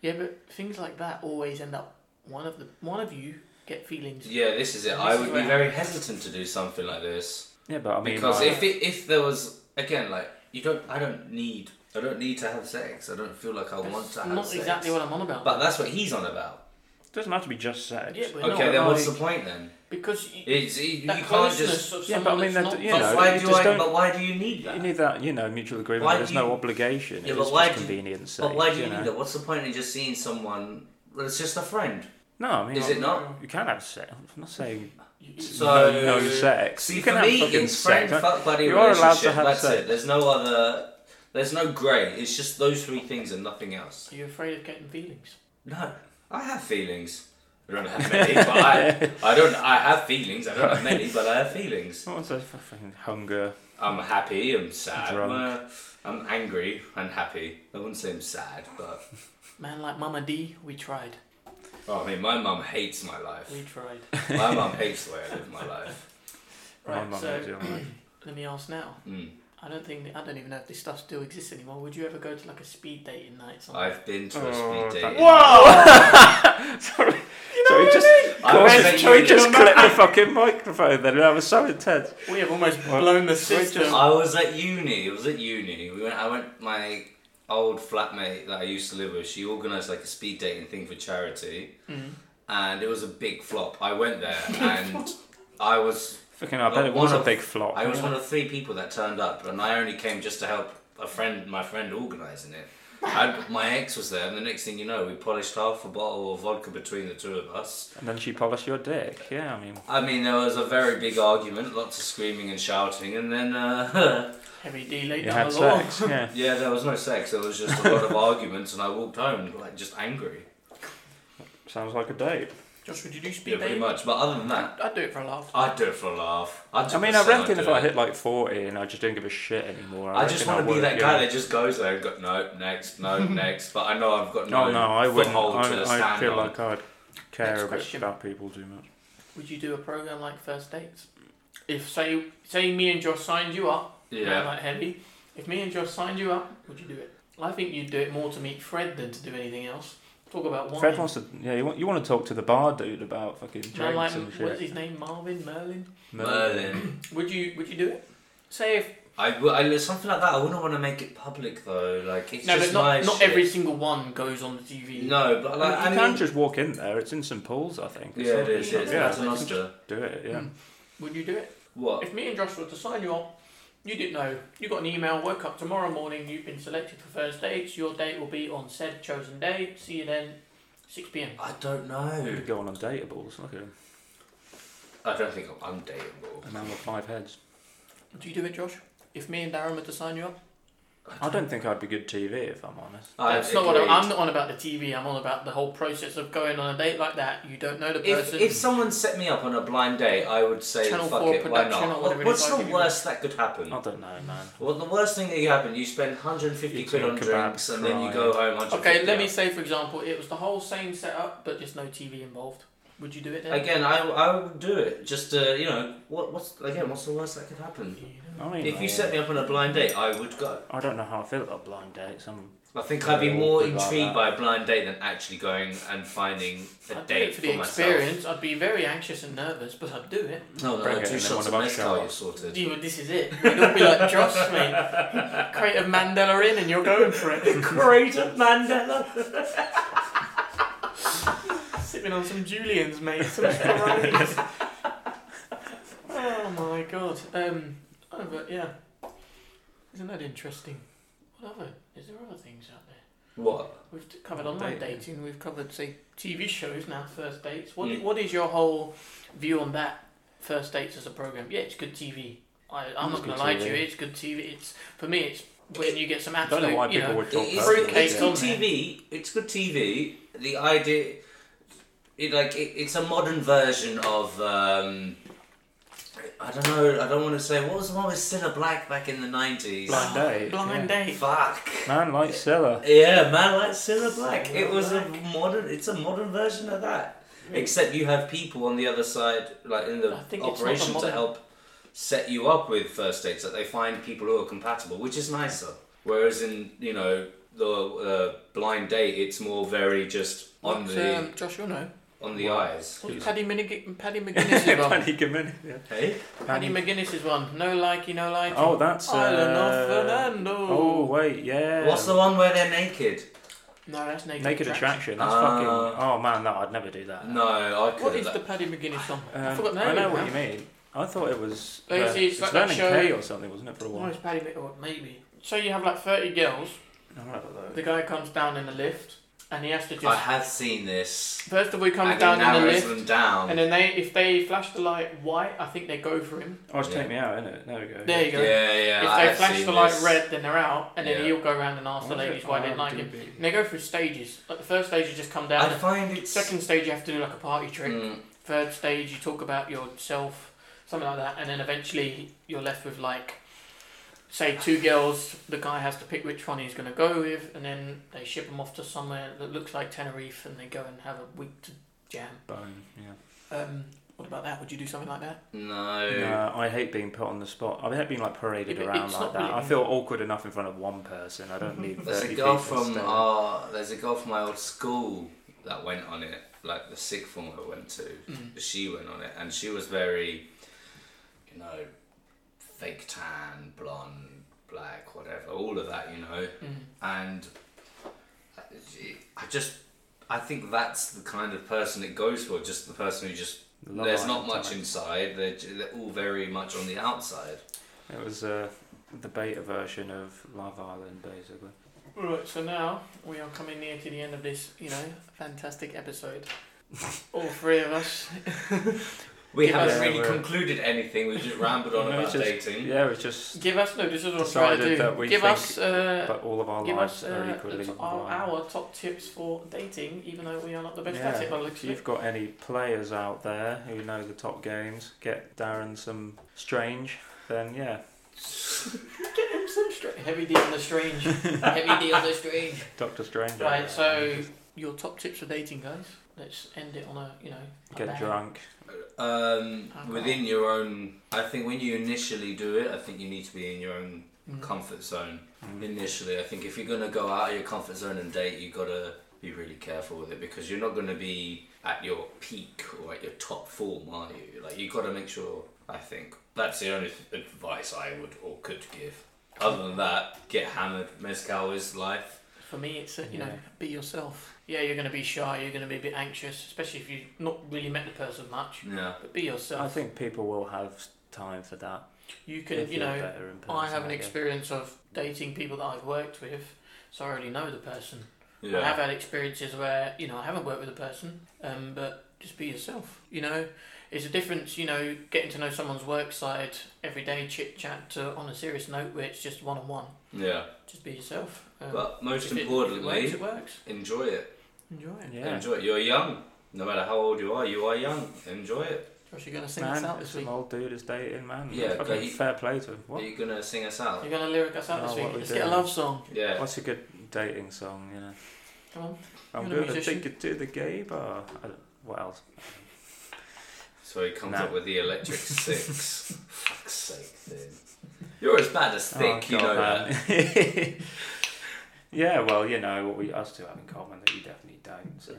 [SPEAKER 2] yeah, but things like that always end up one of the one of you get feelings.
[SPEAKER 1] Yeah, this is it. I
[SPEAKER 2] This is
[SPEAKER 1] would be
[SPEAKER 2] where-
[SPEAKER 1] very hesitant to do something like this.
[SPEAKER 3] Yeah, but I mean,
[SPEAKER 1] because
[SPEAKER 3] like,
[SPEAKER 1] if it, if there was again like you don't I don't need I don't need to have sex I don't feel like I want
[SPEAKER 2] That's
[SPEAKER 1] to have
[SPEAKER 2] not
[SPEAKER 1] sex
[SPEAKER 2] exactly what I'm on about.
[SPEAKER 1] but that's what he's on about
[SPEAKER 3] doesn't have to be just sex.
[SPEAKER 2] Yeah, but
[SPEAKER 1] Okay,
[SPEAKER 2] no,
[SPEAKER 1] then
[SPEAKER 2] like,
[SPEAKER 1] what's the point then?
[SPEAKER 2] because you,
[SPEAKER 1] It's, you, you
[SPEAKER 2] that
[SPEAKER 1] can't
[SPEAKER 2] closeness
[SPEAKER 1] just.
[SPEAKER 2] of
[SPEAKER 3] Yeah, but I
[SPEAKER 2] someone
[SPEAKER 3] mean,
[SPEAKER 2] that's
[SPEAKER 3] that-
[SPEAKER 2] not
[SPEAKER 3] you
[SPEAKER 1] But
[SPEAKER 3] know,
[SPEAKER 1] why
[SPEAKER 3] you
[SPEAKER 1] do
[SPEAKER 3] just
[SPEAKER 1] I?
[SPEAKER 3] don't-
[SPEAKER 1] But why do you need that?
[SPEAKER 3] You need that, you know, mutual agreement.
[SPEAKER 1] Why
[SPEAKER 3] There's
[SPEAKER 1] do
[SPEAKER 3] no
[SPEAKER 1] you-
[SPEAKER 3] obligation.
[SPEAKER 1] Yeah,
[SPEAKER 3] it's
[SPEAKER 1] but
[SPEAKER 3] just
[SPEAKER 1] why do you-
[SPEAKER 3] convenience.
[SPEAKER 1] But why do
[SPEAKER 3] sake,
[SPEAKER 1] you
[SPEAKER 3] know.
[SPEAKER 1] need that? What's the point in just seeing someone? Well, it's just a friend.
[SPEAKER 3] No, I mean,
[SPEAKER 1] Is it not?
[SPEAKER 3] You can have sex. I'm not saying
[SPEAKER 2] You-
[SPEAKER 1] So-
[SPEAKER 3] no, no sex.
[SPEAKER 1] See,
[SPEAKER 3] you can
[SPEAKER 1] for
[SPEAKER 3] have
[SPEAKER 1] me,
[SPEAKER 3] fucking
[SPEAKER 1] it's friend
[SPEAKER 3] sex.
[SPEAKER 1] fuck buddy
[SPEAKER 3] You are allowed to
[SPEAKER 1] relationship.
[SPEAKER 3] have
[SPEAKER 1] That's
[SPEAKER 3] sex.
[SPEAKER 1] it. There's no other. There's no grey. It's just those three things and nothing else.
[SPEAKER 2] Are you afraid of getting feelings?
[SPEAKER 1] No, I have feelings. I don't have many, but I, I don't. I have feelings. I don't have many, but I have feelings.
[SPEAKER 3] What was that fucking hunger?
[SPEAKER 1] I'm happy. I'm sad.
[SPEAKER 3] Drunk.
[SPEAKER 1] uh, I'm angry and happy. I wouldn't say I'm sad, but
[SPEAKER 2] Man like Mama D, we tried.
[SPEAKER 1] oh, I mean, my mum hates my
[SPEAKER 2] We
[SPEAKER 1] life.
[SPEAKER 2] tried.
[SPEAKER 1] My mum hates the way I live my life.
[SPEAKER 2] Right,
[SPEAKER 3] I'm not
[SPEAKER 2] so
[SPEAKER 3] gonna do mine.
[SPEAKER 2] let me ask now.
[SPEAKER 1] Mm.
[SPEAKER 2] I don't think I don't even know if this stuff still exists anymore. Would you ever go to like a speed dating night? Something?
[SPEAKER 1] I've been to a
[SPEAKER 3] Oh,
[SPEAKER 1] speed date.
[SPEAKER 3] that- Sorry. so he just,
[SPEAKER 1] I
[SPEAKER 3] God,
[SPEAKER 1] bet you
[SPEAKER 3] so he
[SPEAKER 1] did.
[SPEAKER 3] just clipped the fucking microphone then. That was so intense.
[SPEAKER 2] we have almost
[SPEAKER 3] Well,
[SPEAKER 2] blown the
[SPEAKER 3] just-
[SPEAKER 2] system.
[SPEAKER 1] I was at uni. It was at uni. We went. I went. My old flatmate that I used to live with. She organised like a speed dating thing for charity,
[SPEAKER 2] Mm.
[SPEAKER 1] and it was a big flop. I went there, and I was
[SPEAKER 3] Fucking, I bet it was a big flop.
[SPEAKER 1] I was one of three people that turned up, and I only came just to help a friend, my friend, organising it. I, my ex was there, and the next thing you know, we polished half a bottle of vodka between the two of us.
[SPEAKER 3] And then she polished your dick. Yeah, I mean,
[SPEAKER 1] I mean, there was a very big argument, lots of screaming and shouting, and then uh,
[SPEAKER 2] Heavy D late
[SPEAKER 3] you
[SPEAKER 2] down
[SPEAKER 3] had
[SPEAKER 2] the law.
[SPEAKER 3] sex. Yeah.
[SPEAKER 1] Yeah, there was no sex. There was just a lot of arguments, and I walked home like just angry.
[SPEAKER 3] Sounds like a date.
[SPEAKER 2] Josh, would you do
[SPEAKER 1] Yeah,
[SPEAKER 2] speed
[SPEAKER 1] pretty
[SPEAKER 2] dating?
[SPEAKER 1] much. But other than that,
[SPEAKER 2] I'd do it for a laugh.
[SPEAKER 1] I'd do it for a laugh. I'd
[SPEAKER 3] I mean, I reckon if I hit like 40 and I just didn't give a shit anymore,
[SPEAKER 1] I
[SPEAKER 3] I,
[SPEAKER 1] just
[SPEAKER 3] reckon
[SPEAKER 1] want to be
[SPEAKER 3] would,
[SPEAKER 1] that
[SPEAKER 3] yeah.
[SPEAKER 1] guy that just goes there and go, no, next, no, next. But I know I've got no,
[SPEAKER 3] No, Oh, no, I wouldn't.
[SPEAKER 1] foothold to
[SPEAKER 3] I, I
[SPEAKER 1] stand
[SPEAKER 3] feel
[SPEAKER 1] on.
[SPEAKER 3] like I'd care
[SPEAKER 2] Next
[SPEAKER 3] a bit
[SPEAKER 2] question.
[SPEAKER 3] about people too much.
[SPEAKER 2] Would you do a program like First Dates? If say say me and Josh signed you up, man
[SPEAKER 1] yeah,
[SPEAKER 2] like Heavy. If me and Josh signed you up, would you do it? I think you'd do it more to meet Fred than to do anything else. Talk about wine.
[SPEAKER 3] Fred wants to. Yeah, you want, you want to talk to the bar dude about fucking
[SPEAKER 2] Man
[SPEAKER 3] drinks
[SPEAKER 2] like
[SPEAKER 3] and
[SPEAKER 2] what's
[SPEAKER 3] shit.
[SPEAKER 2] his name? Marvin Merlin.
[SPEAKER 1] Merlin.
[SPEAKER 2] Would you would you do it? Say if
[SPEAKER 1] I, w- I something like that. I wouldn't want to make it public though. Like it's
[SPEAKER 2] no,
[SPEAKER 1] just
[SPEAKER 2] but not
[SPEAKER 1] my
[SPEAKER 2] not
[SPEAKER 1] shit.
[SPEAKER 2] every single one goes on the TV.
[SPEAKER 1] No, but like
[SPEAKER 3] you
[SPEAKER 1] I mean,
[SPEAKER 3] can just walk in there. It's in St Paul's, I think. It's
[SPEAKER 1] yeah,
[SPEAKER 3] not-
[SPEAKER 1] it is. Yeah, it's
[SPEAKER 3] yeah,
[SPEAKER 1] Paternoster.
[SPEAKER 3] you can just do it. Yeah.
[SPEAKER 2] Mm. Would you do it?
[SPEAKER 1] What?
[SPEAKER 2] If me and Josh were to sign you up, you didn't know. You got an email. Woke up tomorrow morning. You've been selected for first dates. Your date will be on said chosen day. See you then, six p.m.
[SPEAKER 1] I don't
[SPEAKER 3] You
[SPEAKER 1] know.
[SPEAKER 3] could go on undateables. Look at him.
[SPEAKER 1] I don't think I'm undateable.
[SPEAKER 3] A man with five heads.
[SPEAKER 2] Do you do it, Josh? If me and Darren were to sign you up,
[SPEAKER 3] I don't think I'd be good TV if I'm honest.
[SPEAKER 1] I
[SPEAKER 2] that's not what
[SPEAKER 1] agreed.
[SPEAKER 2] I'm, I'm not on about. The TV. I'm on about the whole process of going on a date like that. You don't know the
[SPEAKER 1] If,
[SPEAKER 2] person.
[SPEAKER 1] if someone set me up on a blind date, I would say,
[SPEAKER 2] Channel
[SPEAKER 1] fuck
[SPEAKER 2] 4
[SPEAKER 1] it, why
[SPEAKER 2] production or
[SPEAKER 1] not?
[SPEAKER 2] whatever it
[SPEAKER 1] What's
[SPEAKER 2] is, I'll
[SPEAKER 1] the
[SPEAKER 2] give you
[SPEAKER 1] worst that could happen?
[SPEAKER 3] I don't know, man.
[SPEAKER 1] Well, the worst thing that could happen, you spend 150
[SPEAKER 3] Eating
[SPEAKER 1] quid on
[SPEAKER 3] kebab,
[SPEAKER 1] drinks and then you
[SPEAKER 3] crying.
[SPEAKER 1] go home 150
[SPEAKER 2] okay, let me
[SPEAKER 1] up.
[SPEAKER 2] say for example, it was the whole same setup, but just no TV involved. Would you do it then?
[SPEAKER 1] Again, I, I would do it. Just, uh, you know, what, what's again, what's the worst that could happen?
[SPEAKER 3] I mean,
[SPEAKER 1] If you set me up on a blind date, I would go.
[SPEAKER 3] I don't know how I feel about blind dates. I'm
[SPEAKER 1] I think I'd be more
[SPEAKER 3] Good like
[SPEAKER 1] intrigued
[SPEAKER 3] that.
[SPEAKER 1] by a blind date than actually going and finding a
[SPEAKER 2] I'd do
[SPEAKER 1] date
[SPEAKER 2] it for the
[SPEAKER 1] myself. Oh,
[SPEAKER 2] experience. I'd be very anxious and nervous, but I'd do it.
[SPEAKER 1] No,
[SPEAKER 3] Bring
[SPEAKER 1] no,
[SPEAKER 3] it
[SPEAKER 1] two
[SPEAKER 3] and then one
[SPEAKER 1] shots of
[SPEAKER 3] of us
[SPEAKER 1] mezcal,
[SPEAKER 3] shall.
[SPEAKER 1] you're sorted.
[SPEAKER 2] Dude, this is it. We'd all be like, Josh, mate, create a Mandela in and you're going for it.
[SPEAKER 1] Greater Mandela.
[SPEAKER 2] Sipping on some Julians, mate, some Ferraris. oh my god. Um, oh, but yeah. Isn't that interesting? What other? Is there other things out there?
[SPEAKER 1] What?
[SPEAKER 2] We've t- covered online
[SPEAKER 3] Dating.
[SPEAKER 2] dating, we've covered, say, TV shows now, first dates. What,
[SPEAKER 1] Yeah.
[SPEAKER 2] what is your whole view on that? First dates as a program? Yeah, it's good TV. I, I'm
[SPEAKER 3] It's
[SPEAKER 2] not going
[SPEAKER 3] good
[SPEAKER 2] to lie to
[SPEAKER 3] TV.
[SPEAKER 2] you, it's good TV. It's For me, it's when you get some
[SPEAKER 3] I don't
[SPEAKER 2] absolute.
[SPEAKER 3] know why
[SPEAKER 2] you
[SPEAKER 3] people
[SPEAKER 2] know,
[SPEAKER 3] would talk
[SPEAKER 1] It's,
[SPEAKER 3] about
[SPEAKER 2] Fruitcake
[SPEAKER 1] it's
[SPEAKER 2] Fruitcake's
[SPEAKER 1] good
[SPEAKER 2] on
[SPEAKER 3] it.
[SPEAKER 2] there.
[SPEAKER 1] TV. It's good TV. The idea, it like it, it's a modern version of. Um, I don't know. I don't want to say what was the one with Cilla Black back in the nineties.
[SPEAKER 3] Blind date.
[SPEAKER 2] Blind
[SPEAKER 3] yeah.
[SPEAKER 2] date.
[SPEAKER 1] Fuck.
[SPEAKER 3] Man like Scylla.
[SPEAKER 1] Yeah, man, like Cilla Black. It was a modern. It's a modern version of that. Except you have people on the other side, like in the
[SPEAKER 2] I think it's not the
[SPEAKER 1] operation, to
[SPEAKER 2] modern-
[SPEAKER 1] help set you up with first dates. That they find people who are compatible, which is nicer. Whereas in you know the uh, blind date, it's more very just on
[SPEAKER 2] What's,
[SPEAKER 1] the
[SPEAKER 2] um, Josh, you'll know.
[SPEAKER 1] on the eyes.
[SPEAKER 2] What's Paddy, Minig- Paddy McGuinness's one? Paddy,
[SPEAKER 3] Panic a minute. Yeah.
[SPEAKER 1] Hey,
[SPEAKER 2] McGuinness's one. No likey, no likey.
[SPEAKER 3] Oh, that's.
[SPEAKER 2] Island of
[SPEAKER 3] uh,
[SPEAKER 2] Fernando.
[SPEAKER 3] Oh wait, yeah.
[SPEAKER 2] Um,
[SPEAKER 1] what's the one where they're naked?
[SPEAKER 2] No, that's naked,
[SPEAKER 3] Naked
[SPEAKER 2] attraction.
[SPEAKER 3] Attraction. That's
[SPEAKER 1] Ah.
[SPEAKER 3] fucking. Oh man, no, I'd never do that.
[SPEAKER 1] No, I could.
[SPEAKER 2] Uh, What is the Paddy McGuinness song? I
[SPEAKER 3] Um,
[SPEAKER 2] forgot the name.
[SPEAKER 3] I know
[SPEAKER 2] of it
[SPEAKER 3] what
[SPEAKER 2] now.
[SPEAKER 3] you mean. I thought it was. uh,
[SPEAKER 2] Oh, you see, it's
[SPEAKER 3] it's
[SPEAKER 2] like that
[SPEAKER 3] Vernon
[SPEAKER 2] show-
[SPEAKER 3] Kay or something, wasn't it, for a
[SPEAKER 2] Oh,
[SPEAKER 3] while?
[SPEAKER 2] it's Paddy Mc- or maybe. So you have like 30 girls.
[SPEAKER 3] I'll have a look.
[SPEAKER 2] The guy comes down in the lift, and he has to just.
[SPEAKER 1] I have seen this.
[SPEAKER 2] First of all, he comes
[SPEAKER 1] and
[SPEAKER 2] down
[SPEAKER 1] it
[SPEAKER 2] in the
[SPEAKER 1] narrows
[SPEAKER 2] lift,
[SPEAKER 1] them down.
[SPEAKER 2] and then they, if they flash the light white, I think they go for him.
[SPEAKER 3] Oh, it's
[SPEAKER 1] Yeah.
[SPEAKER 3] Take Me Out, innit? There we go.
[SPEAKER 2] There you go.
[SPEAKER 1] yeah, yeah. I have
[SPEAKER 2] if they flash
[SPEAKER 1] seen
[SPEAKER 2] the light
[SPEAKER 1] this.
[SPEAKER 2] red, then they're out, and then
[SPEAKER 1] Yeah.
[SPEAKER 2] he'll go around and ask the
[SPEAKER 3] What is
[SPEAKER 2] ladies
[SPEAKER 3] it? Oh,
[SPEAKER 2] why they didn't like him.
[SPEAKER 3] IMDb.
[SPEAKER 2] And they go through stages. Like the first stage, you just come down.
[SPEAKER 1] I find it's
[SPEAKER 2] Second stage, you have to do like a party trick.
[SPEAKER 1] Mm,
[SPEAKER 2] Third stage, you talk about yourself, something like that, and then eventually you're left with like, say, two girls. The guy has to pick which one he's going to go with, and then they ship them off to somewhere that looks like Tenerife, and they go and have a week to jam.
[SPEAKER 3] Bone, yeah.
[SPEAKER 2] Um, what about that? Would you do something like that?
[SPEAKER 1] no.
[SPEAKER 3] No, I hate being put on the spot. I hate being like paraded
[SPEAKER 2] Yeah, but
[SPEAKER 3] around
[SPEAKER 2] it's
[SPEAKER 3] like
[SPEAKER 2] not
[SPEAKER 3] that.
[SPEAKER 2] really-
[SPEAKER 3] I feel awkward enough in front of one person. I don't need.
[SPEAKER 1] There's
[SPEAKER 3] 30
[SPEAKER 1] a girl
[SPEAKER 3] people
[SPEAKER 1] from
[SPEAKER 3] staring.
[SPEAKER 1] our. There's a girl from my old school that went on it. Like the sixth form I went to,
[SPEAKER 2] Mm.
[SPEAKER 1] she went on it, and she was very, you know, fake tan, blonde, black, whatever, all of that, you know.
[SPEAKER 2] Mm.
[SPEAKER 1] and I just I think that's the kind of person it goes for. Just the person who just
[SPEAKER 3] Love
[SPEAKER 1] there's
[SPEAKER 3] Island
[SPEAKER 1] not much
[SPEAKER 3] time.
[SPEAKER 1] inside. They're, j- they're all very much on the outside.
[SPEAKER 3] It was uh, the beta version of Love Island, basically.
[SPEAKER 2] Right, so now we are coming near to the end of this, you know, fantastic episode. All three of us.
[SPEAKER 1] We
[SPEAKER 2] Yeah,
[SPEAKER 1] haven't
[SPEAKER 3] yeah,
[SPEAKER 1] really
[SPEAKER 3] we're-
[SPEAKER 1] concluded anything. We've just rambled on
[SPEAKER 3] No,
[SPEAKER 1] about
[SPEAKER 3] it's just-
[SPEAKER 1] dating.
[SPEAKER 3] Yeah, it's just.
[SPEAKER 2] Give us no. This is what I'm trying to
[SPEAKER 3] Decided that
[SPEAKER 2] do.
[SPEAKER 3] we
[SPEAKER 2] Give
[SPEAKER 3] think-
[SPEAKER 2] us. Uh,
[SPEAKER 3] But all of our
[SPEAKER 2] give
[SPEAKER 3] lives
[SPEAKER 2] us
[SPEAKER 3] are
[SPEAKER 2] uh,
[SPEAKER 3] equally.
[SPEAKER 2] our,
[SPEAKER 3] wild.
[SPEAKER 2] our top tips for dating, even though we are not the best at it. By the looks of
[SPEAKER 3] if
[SPEAKER 2] it.
[SPEAKER 3] you've got any players out there who know the top games, get Darren some strange. Then yeah,
[SPEAKER 2] Get him some stra- heavy D on the strange. heavy D on the strange.
[SPEAKER 3] Doctor Strange.
[SPEAKER 2] Right, so your top tips for dating, guys. Let's end it on a you know. a
[SPEAKER 3] get
[SPEAKER 2] bang.
[SPEAKER 3] drunk.
[SPEAKER 1] Um, within your own, I think when you initially do it, I think you need to be in your own
[SPEAKER 2] Mm.
[SPEAKER 1] comfort zone
[SPEAKER 3] Mm.
[SPEAKER 1] initially. I think if you're gonna go out of your comfort zone and date, you gotta be really careful with it because you're not gonna be at your peak or at your top form, are you? Like you gotta make sure. I think that's the only advice I would or could give. Other than that, get hammered. Mezcal is life.
[SPEAKER 2] For me, it's uh, you know,
[SPEAKER 3] Yeah.
[SPEAKER 2] be yourself. Yeah, you're going to be shy. You're going to be a bit anxious, especially if you've not really met the person much.
[SPEAKER 1] Yeah.
[SPEAKER 2] But be
[SPEAKER 3] I
[SPEAKER 2] yourself.
[SPEAKER 3] think people will have time for that.
[SPEAKER 2] You can,
[SPEAKER 3] if
[SPEAKER 2] you
[SPEAKER 3] you're
[SPEAKER 2] know,
[SPEAKER 3] better in
[SPEAKER 2] I have
[SPEAKER 3] person,
[SPEAKER 2] an
[SPEAKER 3] guess.
[SPEAKER 2] experience of dating people that I've worked with, so I already know the person. I have
[SPEAKER 1] Yeah.
[SPEAKER 2] had experiences where you know I haven't worked with a person, um, but just be yourself. You know, it's a difference. You know, getting to know someone's work side every day, chit chat, to on a serious note where it's just one on one.
[SPEAKER 1] Yeah.
[SPEAKER 2] Just be yourself. Um,
[SPEAKER 1] But most
[SPEAKER 2] if it- if it works,
[SPEAKER 1] importantly,
[SPEAKER 2] it works.
[SPEAKER 1] enjoy it.
[SPEAKER 2] Enjoy it.
[SPEAKER 3] Yeah,
[SPEAKER 1] Enjoy it. You're young. No matter how old you are, you are young. Enjoy it.
[SPEAKER 2] Josh, you're gonna sing us
[SPEAKER 3] man,
[SPEAKER 2] out this
[SPEAKER 3] some
[SPEAKER 2] week.
[SPEAKER 3] old dude is dating man.
[SPEAKER 1] Yeah,
[SPEAKER 3] Fucking
[SPEAKER 1] but he-
[SPEAKER 3] fair play to him. What?
[SPEAKER 1] Are you gonna sing us out?
[SPEAKER 2] You're gonna lyric us out
[SPEAKER 3] Oh,
[SPEAKER 2] this
[SPEAKER 3] what
[SPEAKER 2] week.
[SPEAKER 3] we
[SPEAKER 2] Let's get a
[SPEAKER 3] doing?
[SPEAKER 2] love song.
[SPEAKER 1] Yeah.
[SPEAKER 3] What's a good dating song? You know,
[SPEAKER 2] Come on.
[SPEAKER 3] I'm
[SPEAKER 2] You're a
[SPEAKER 3] gonna
[SPEAKER 2] musician.
[SPEAKER 3] take you to the gay bar. I don't, what else?
[SPEAKER 1] So he comes
[SPEAKER 3] No.
[SPEAKER 1] up with the electric six. Fuck's sake, then. You're as bad as
[SPEAKER 3] Oh,
[SPEAKER 1] thick, you
[SPEAKER 3] God,
[SPEAKER 1] know that.
[SPEAKER 3] man. yeah, well, you know what we us two have in common that you definitely don't. So.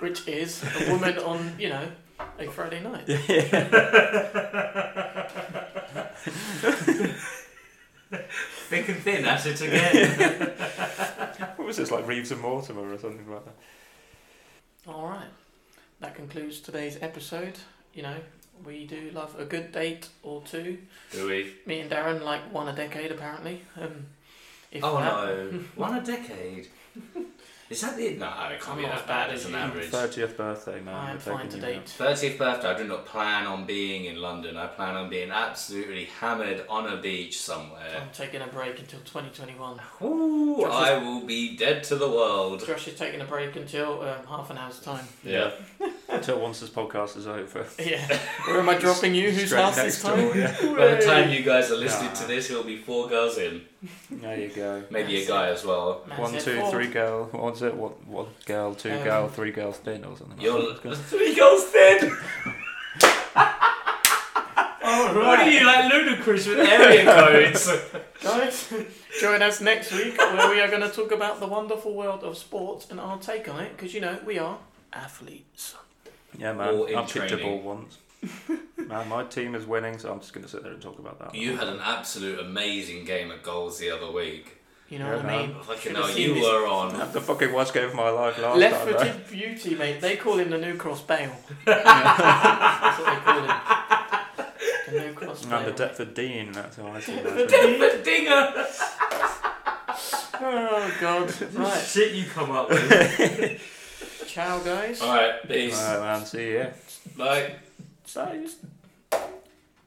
[SPEAKER 2] Which is a woman on, you know, a Friday night.
[SPEAKER 1] Thick and thin at it again.
[SPEAKER 3] what was this like Reeves and Mortimer or something like that?
[SPEAKER 2] All right. That concludes today's episode. You know, we do love a good date or two.
[SPEAKER 1] Do we?
[SPEAKER 2] Me and Darren like one a decade apparently. Um, if
[SPEAKER 1] Oh
[SPEAKER 2] that.
[SPEAKER 1] no. One a decade. Is that the. No, it can't
[SPEAKER 2] I'm
[SPEAKER 1] be that
[SPEAKER 2] not as
[SPEAKER 1] bad
[SPEAKER 2] bad
[SPEAKER 1] as
[SPEAKER 2] as
[SPEAKER 1] an
[SPEAKER 2] you.
[SPEAKER 1] average.
[SPEAKER 3] Thirtieth birthday, man.
[SPEAKER 2] I am
[SPEAKER 3] we're taking
[SPEAKER 2] fine to
[SPEAKER 3] you
[SPEAKER 2] date.
[SPEAKER 1] 30th birthday, I do not plan on being in London. I plan on being absolutely hammered on a beach somewhere.
[SPEAKER 2] I'm taking a break until 2021.
[SPEAKER 1] Ooh,
[SPEAKER 2] Josh is-
[SPEAKER 1] I will be dead to the world.
[SPEAKER 2] Josh is taking a break until um, half an hour's time.
[SPEAKER 1] Yeah.
[SPEAKER 3] out. until once this podcast is over.
[SPEAKER 2] Yeah. Where am I dropping you? Who's
[SPEAKER 3] Straight
[SPEAKER 2] half this
[SPEAKER 3] next
[SPEAKER 2] time?
[SPEAKER 3] door, yeah.
[SPEAKER 1] By the time you guys are listening
[SPEAKER 3] Nah.
[SPEAKER 1] to this, it'll be four girls in.
[SPEAKER 3] There you go.
[SPEAKER 1] Maybe a guy as well.
[SPEAKER 2] Man
[SPEAKER 3] One,
[SPEAKER 2] said
[SPEAKER 3] two,
[SPEAKER 2] four.
[SPEAKER 3] three girl. What's it? What? One girl, two
[SPEAKER 2] Um,
[SPEAKER 3] girl, three girls thin or something.
[SPEAKER 1] You're
[SPEAKER 3] like that.
[SPEAKER 1] three girls thin.
[SPEAKER 2] All
[SPEAKER 1] What are
[SPEAKER 2] right.
[SPEAKER 1] you like ludicrous with area codes?
[SPEAKER 2] Guys, join us next week where we are going to talk about the wonderful world of sports and our take on it because, you know, we are athletes.
[SPEAKER 3] Yeah,
[SPEAKER 1] All
[SPEAKER 3] man.
[SPEAKER 1] in
[SPEAKER 3] I picked a ball
[SPEAKER 1] training.
[SPEAKER 3] once. man, my team is winning, so I'm just gonna sit there and talk about that.
[SPEAKER 1] You had an absolute amazing game of goals the other week.
[SPEAKER 2] You know
[SPEAKER 3] Yeah,
[SPEAKER 2] what I
[SPEAKER 3] man.
[SPEAKER 2] mean?
[SPEAKER 1] Fucking
[SPEAKER 2] Should've
[SPEAKER 1] hell,
[SPEAKER 2] seen
[SPEAKER 1] you
[SPEAKER 2] this-
[SPEAKER 1] were on.
[SPEAKER 3] That's the fucking worst game of my life last time. though.
[SPEAKER 2] Left-footed beauty, mate. They call him the New Cross Bale. That's what they call him. The New Cross
[SPEAKER 3] I'm the
[SPEAKER 2] Bale.
[SPEAKER 3] Deptford Dean, that's how I see that.
[SPEAKER 1] David Dinger!
[SPEAKER 2] oh God! Right,
[SPEAKER 4] Shit, you come up with.
[SPEAKER 2] ciao, guys.
[SPEAKER 1] Alright, peace.
[SPEAKER 3] Alright, man, see ya.
[SPEAKER 1] Bye.
[SPEAKER 3] Bye.